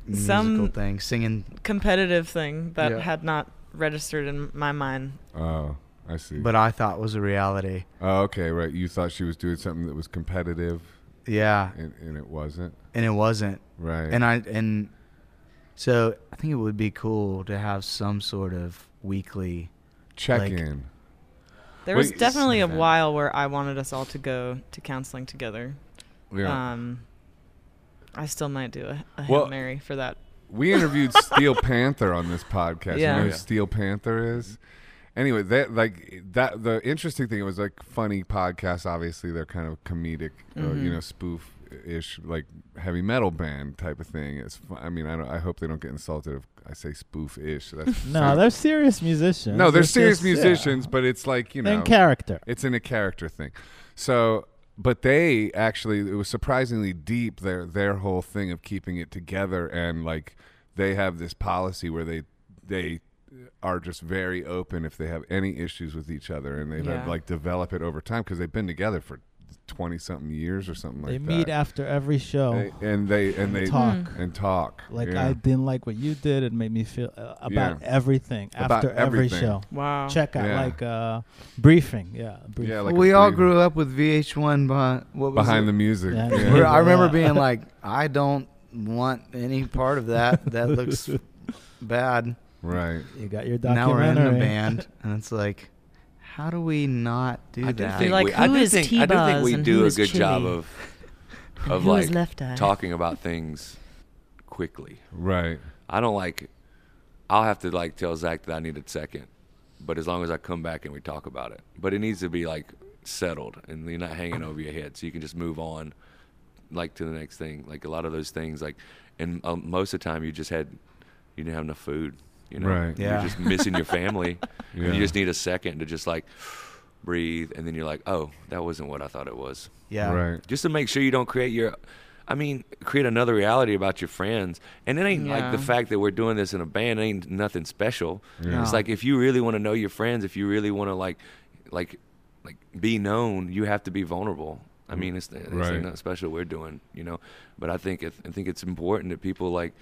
musical
Some-
thing, singing,
Competitive thing that
Yeah.
had not registered in my mind.
oh i see
but I thought was a reality.
oh, okay right you thought she was doing something that was competitive
Yeah,
and, and it wasn't
and it wasn't.
right
And I and so I think it would be cool to have some sort of weekly.
check
like-
in
There
Wait,
was definitely a
something.
while where I wanted us all to go to counseling together. Um, I still might do a, a
Well-
Hail Mary for that.
We interviewed Steel Panther on this podcast.
Yeah.
You know who
Yeah.
Steel Panther is? Anyway, that like that the interesting thing it was like funny podcasts. Obviously, they're kind of comedic, or, you
Mhm.
know, spoof ish like heavy metal band type of thing. It's fu- I mean I don't I hope they don't get insulted if I say spoof ish.
No, they're serious musicians.
no, they're
It's
serious
just- yeah.
musicians, but it's like you know
in character.
it's in a character thing. So, but they actually it was surprisingly deep their their whole thing of keeping it together and like they have this policy where they they are just very open if they have any issues with each other and they
Yeah.
like develop it over time because they've been together for 20 something years or something like
they
that.
meet after every show.
They- and they and they Mm.
talk.
and talk.
Like
yeah.
I didn't like what you did. It made me feel uh,
Yeah.
about everything
About
after every
everything.
show.
Wow.
Check out
Yeah.
like uh, briefing. Yeah, briefing.
yeah, like
we
a
all
brief-
grew up with VH1 behind what was
behind
it?
the music.
Yeah.
yeah.
Where I remember
Yeah.
being like, I don't want any part of that. That looks bad.
Right.
you got your
Now we're
documentary.
in a band, and it's like, how do we not do
I do
that?
think
Like,
we, I
who
do
is
think, I do think
T-Buzz
we
and
do
who
a
is
good job
Chili?
of of
Who is
like
Left Eye?
talking about things quickly.
Right.
I don't like. I'll have to like tell Zach that I need a second, but as long as I come back and we talk about it, but it needs to be like settled and you're not hanging over your head, so you can just move on, like to the next thing. Like a lot of those things, like and um, most of the time you just had, you didn't have enough food, you know,
Right.
Yeah.
you're just missing your family,
Yeah.
and you just need a second to just like breathe, and then you're like, oh, that wasn't what I thought it was
yeah,
Right.
just to make sure you don't create your I mean, create another reality about your friends. And it ain't like
Yeah.
the fact that we're doing this in a band ain't nothing special.
Yeah.
It's like if you really want to know your friends, if you really want to like like like be known, you have to be vulnerable. I mean, it's, it's
Right.
nothing special we're doing, you know. But I think it, I think it's important that people like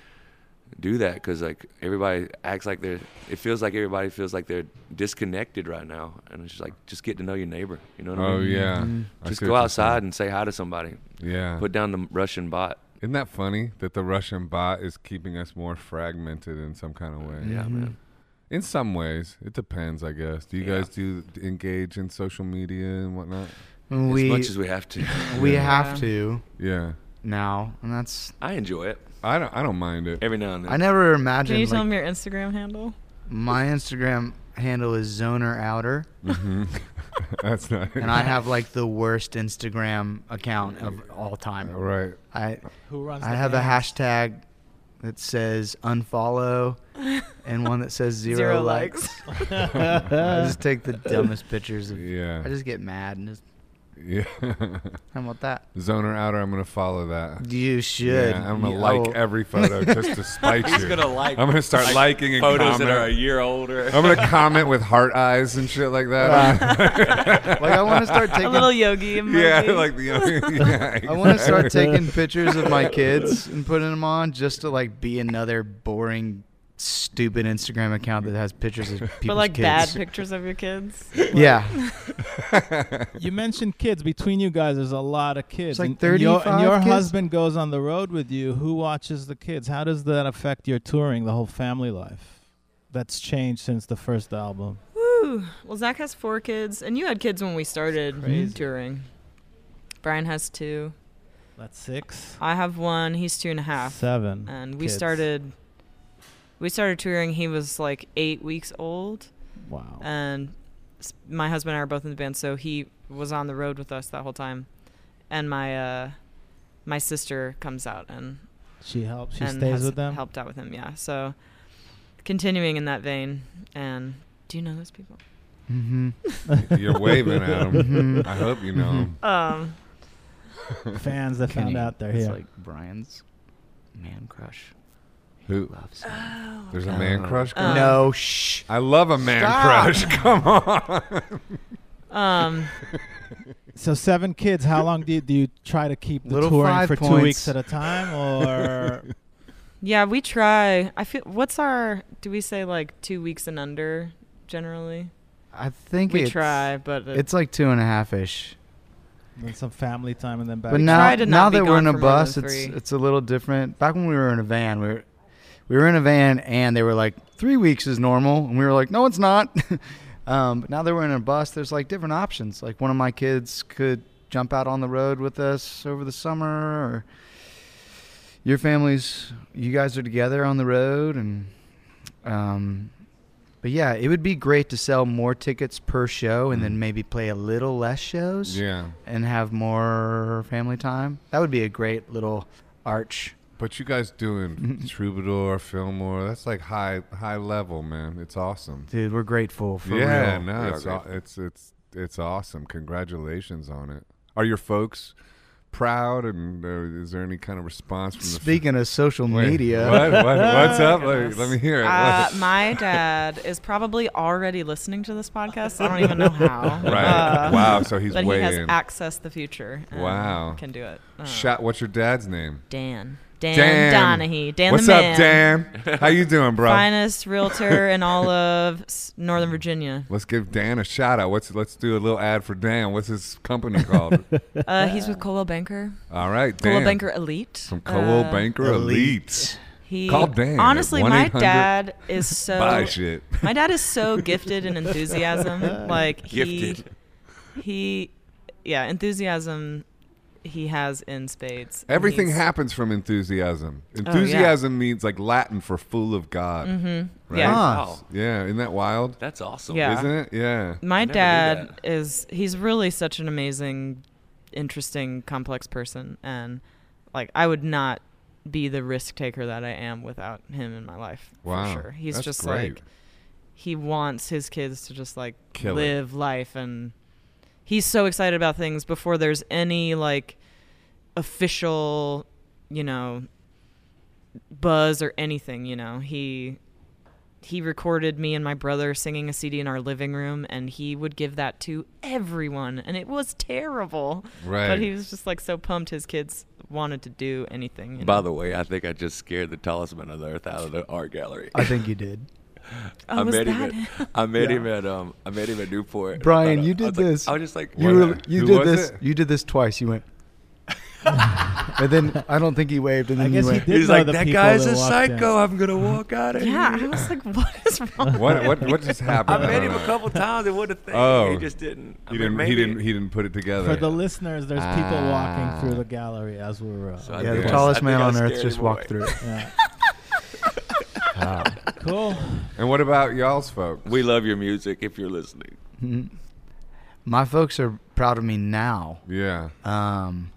do that because like everybody acts like they're. It feels like everybody feels like they're disconnected right now, and it's just like just get to know your neighbor. You know what I
Oh
mean?
yeah.
Mm-hmm.
Mhm.
I
Just
see
go
what you're
outside and say hi to somebody.
saying. Yeah.
Put down the Russian bot.
Isn't that funny that the Russian bot is keeping us more fragmented in some kind of way?
Yeah,
Mm-hmm.
man.
In some ways, it depends, I guess. Do you
Yeah.
guys do engage in social media and whatnot?
And
as
we
much as we have to.
we
Yeah.
have
Yeah.
to
Yeah,
now, and that's.
I enjoy it
I don't. I don't mind it.
every now and then.
I never
Can you
imagined.
tell
Like,
me your Instagram handle?
my Instagram handle is Zoner Outer.
Mhm. That's not.
and I have like the worst Instagram account of all time.
right.
I
Who runs?
I
the
have a
band?
hashtag that says unfollow and one that says zero,
Zero
likes.
Uh.
I just take the dumbest pictures. Of,
Yeah.
I just get mad and just
yeah.
how about that?
Zoner outer. I'm gonna follow that.
You should.
Yeah, I'm gonna
You- I
like
will-
every photo just to spite you.
He's gonna like.
I'm gonna start
like,
liking and
photos
comment.
that are a year older.
I'm gonna comment with heart eyes and shit like that.
like I want to start taking.
A little yogi
yeah,
emoji.
like the. Yeah,
I want to start taking pictures of my kids and putting them on just to like be another boring, stupid Instagram account that has pictures of people's
but like
kids.
bad pictures of your kids.
Yeah,
You mentioned kids. Between you guys, there's a lot of kids.
like
And- and your, and
35
your
kids?
husband goes on the road with you. Who watches the kids? How does that affect your touring, the whole family life? That's changed since the first album.
Woo. Well, Zach has four kids, and you had kids when we started
crazy.
touring. Brian has two.
That's six,
I have one. He's two and a half. Uh,
seven.
and we
kids.
started. We started touring. He was like eight weeks old,
Wow.
and s- my husband and I are both in the band, so he was on the road with us that whole time. And my uh, my sister comes out and
she helps. She
and
stays
has
with them.
helped out with him. Yeah. So continuing in that vein, and do you know those people?
hmm
You're waving at them.
Mm-hmm.
Mhm.
I hope you know 'em.
Um,
Mm-hmm.
Fans that
Can
found
you-
out they're
it's
here.
like Brian's man crush.
Who?
Loves him.
There's a man crush. going
Um,
no, shh.
I love a man
Uh, Stop.
crush. Come on.
um,
So seven kids. How long do you, do you try to keep the
Little
touring
five
for two
points.
weeks at a time, or
yeah, we try. I feel. What's our? Do we say like two weeks and under generally?
I think
We
it's,
try, but it-
It's like two and a half ish.
then some family time and then back?
But
try
now,
to
now
not be
that we're in
gone
a
for more than
bus, it's
three.
it's a little different. Back when we were in a van, we were we were in a van, and they were like three weeks is normal, and we were like, no, it's not. um, but now that we're in a bus, there's like different options. Like one of my kids could jump out on the road with us over the summer, or your families, you guys are together on the road, and um, but yeah, it would be great to sell more tickets per show, and
Mhm.
then maybe play a little less shows
yeah.
and have more family time. That would be a great little arch.
But you guys
Mm-hmm.
doing Troubadour, Fillmore, that's like high high level, man. It's awesome.
Dude, we're grateful for
yeah,
real.
no,
We are
it's, aw
grateful.
it's it's it's awesome. Congratulations on it. Are your folks proud? And uh, is there any kind of response from the
Speaking of social
Wait,
media,
What, what, what's up? Let,
Goodness.
let me hear it.
Uh,
What-
my dad is probably already listening to this podcast. I don't even know how.
right.
Uh,
wow. So he's
But
way
he has
in.
accessed the future. and
Wow.
Can do it. Uh,
Shot. What's your dad's name?
Dan. Dan,
Dan.
Donahue. Dan
what's
the
up,
man.
Dan? How you doing, bro?
Finest realtor in all of s- Northern Virginia.
Let's give Dan a shout out. What's let's do a little ad for Dan. What's his company called?
Uh, he's with Coldwell Banker.
All right, Dan.
Coldwell Banker Elite.
From Coldwell
Uh,
Banker Elite.
He,
Call Dan at
Honestly, my
1-800
dad is so
Buy shit.
my dad is so gifted in enthusiasm. Like
Gifted.
he he yeah, enthusiasm he has in spades. and
Everything
he's- Oh,
happens from enthusiasm.
yeah.
Enthusiasm means like Latin for full of God. Right?
Mm-hmm. Yeah.
Ah.
Wow,
Yeah, isn't that wild?
that's awesome.
Yeah.
Isn't it? Yeah.
My
never knew
dad is he's really such an amazing, interesting, complex person and like I would not be the risk taker that I am without him in my life.
Wow.
For sure. He's
That's
just
great.
like he wants his kids to just like
Kill it.
live life and he's so excited about things before there's any like official, you know, buzz or anything, you know. He he recorded me and my brother singing a CD in our living room and he would give that to everyone and it was terrible.
Right.
But he was just like so pumped his kids wanted to do anything. you
By
know.
the way, I think I just scared the tallest man on the earth out of the art gallery.
I think you did.
Oh,
I
was
met
that
him. At, I met him at um. I met him at Newport. and I
Brian,
thought-
you
I
did
was like-
this.
I was just like,
You
What?
were, you
Who
did
was
this.
it?
You did this twice. You went, and then I don't think he waved, and
I
then
guess
you
he
went.
did
he's
know
like,
the
that
people
guy's
that
a
walked in."
psycho. I'm gonna walk out of
Yeah, I
here.
was like, what is wrong?
what what what just
I
happened?
met
don't
him a
know.
couple times. It would have thing.
Oh.
He just didn't. I
He didn't
mean,
he
maybe-
didn't he didn't put it together.
For the listeners, there's people walking
Ah.
through the gallery as we're. Uh,
So I
Yeah, the
think I-
I
tallest
think
man
I
on earth
scared
just
him
walked
away.
through. it.
yeah. cool.
and what about y'all's folks?
We love your music if you're listening.
Mm-hmm. my folks are proud of me now.
Yeah.
Um,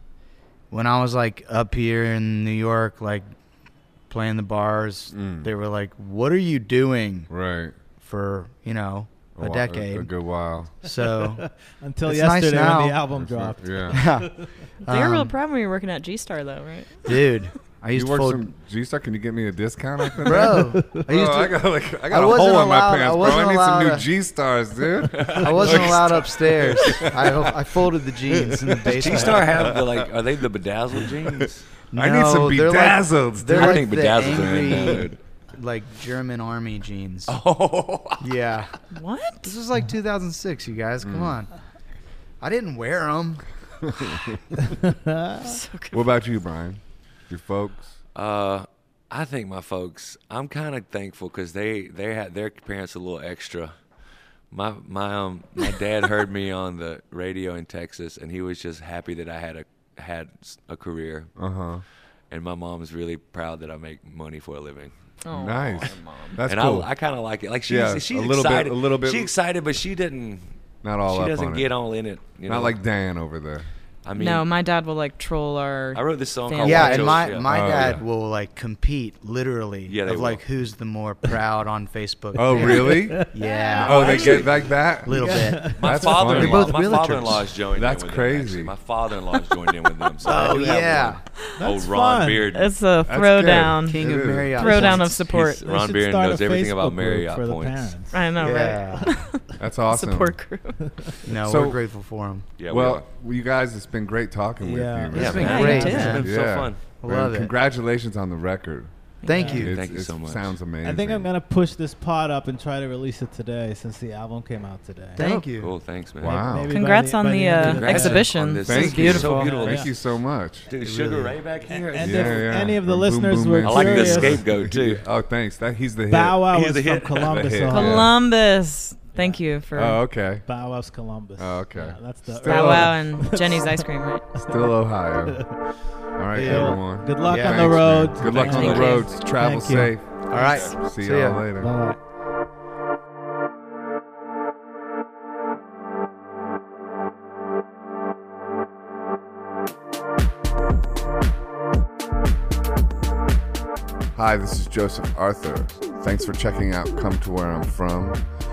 when I was like up here in New York, like playing the bars,
Mm.
they were like, "What are you doing
Right.
for you know
whi-
a decade?"
A, good while.
So
Until
It's nice
yesterday when the
now.
album dropped.
Yeah.
yeah,
They were real
Um,
proud when you were working at G Star, though, right?
dude, I
You
used to
work
fold,
some G Star. Can you get me a discount? off of that?
bro. I
Bro,
used
I
to,
got like I got a
wasn't
hole in my
allowed- I
pants, bro.
wasn't
I need some
allowed
new
to-
G stars, dude.
I wasn't allowed upstairs. I, I folded the jeans in the
G
basement.
Star have the like? Are they the bedazzled jeans?
I need some
No, they're like-
bedazzled.
They're
I
like
think
the
bedazzled are in
angry,
there, dude.
like German army jeans.
Oh,
Yeah,
What?
this was like 2006. You guys, come on. I didn't wear them.
So good.
what about you, Brian? Your folks?
Uh, I think my folks. I'm kind of thankful because they they had their parents a little extra. My my um my dad heard me on the radio in Texas, and he was just happy that I had a had s- a career.
Uh huh.
And my mom is really proud that I make money for a living.
Oh,
Nice. That's
and
cool.
I, I kind of like it. Like she's
Yeah,
she's
a little bit-
excited.
a little bit-
She's excited, but she didn't.
Not all
She
up
doesn't
on
get
it.
all in it. You know?
Not like Dan over there.
I mean,
no, my dad will like troll our.
I wrote this song
Yeah,
called
yeah,
White
and
Jokes,
my
yeah.
my
Oh,
dad
yeah.
will like compete literally
Yeah, they
of like
will.
who's the more proud on Facebook.
Oh,
Yeah.
really?
Yeah,
Oh, they
Actually-
get like that.
a little bit.
My
That's
father-in-law,
funny.
my
They're both
father-in-law's joined.
That's
in with Them,
crazy.
actually. my father-in-law's joined in with them. So I
Oh
do have
yeah,
one.
That's
oh, Ron
fun.
Beard.
It's a
That's good.
throwdown.
King
It
of
is.
Marriott.
Throwdown
points.
of support.
He's-
They
Ron
should
Beard
start a
knows everything
Facebook group
about Marriott
for
points.
The parents.
I know, right?
Yeah.
That's awesome.
Support group.
No,
So-
we're grateful for him.
Yeah, we
Well,
are.
you guys, it's been great talking with you.
Yeah.
man.
yeah,
it's been
man.
great,
It's
man.
been so
Yeah.
fun.
Love it.
Congratulations on the record.
Thank
Yeah.
you.
It's-
Thank you
it's-
so much.
Sounds amazing.
I think I'm gonna push this pod up and try to release it today, since the album came out today.
Thank you.
Cool, thanks, man.
Wow.
Maybe by
Congrats
the-
on
by
the,
end of
uh,
the-
Congrats
exhibition.
on this.
Thank
This is
you.
beautiful.
So beautiful.
Yeah.
Thank you so much.
Dude,
It
Sugar
really-
Ray back here.
And
Yeah,
if
yeah.
any of the
Boom,
listeners
boom,
were
man.
I like the
curious,
scapegoat too.
Oh, thanks. That he's the hit.
Bow Wow
He's
was
the
from
hit.
Columbus, uh,
The hit.
Ohio.
Columbus. Thank you for
Oh, okay.
Bow Wow's Columbus.
Oh, okay.
Yeah, that's the
Still-
Bow
early-
Wow and Jenny's ice cream, right?
Still Ohio. All right,
Yeah.
everyone.
Good luck
Yeah.
on the
Thanks, man.
road.
Good luck on the
Thank you.
roads. Travel
Thank you.
safe.
All right.
See,
See
y'all
ya.
later.
Bye.
Hi, this is Joseph Arthur. Thanks for checking out Come to Where I'm From.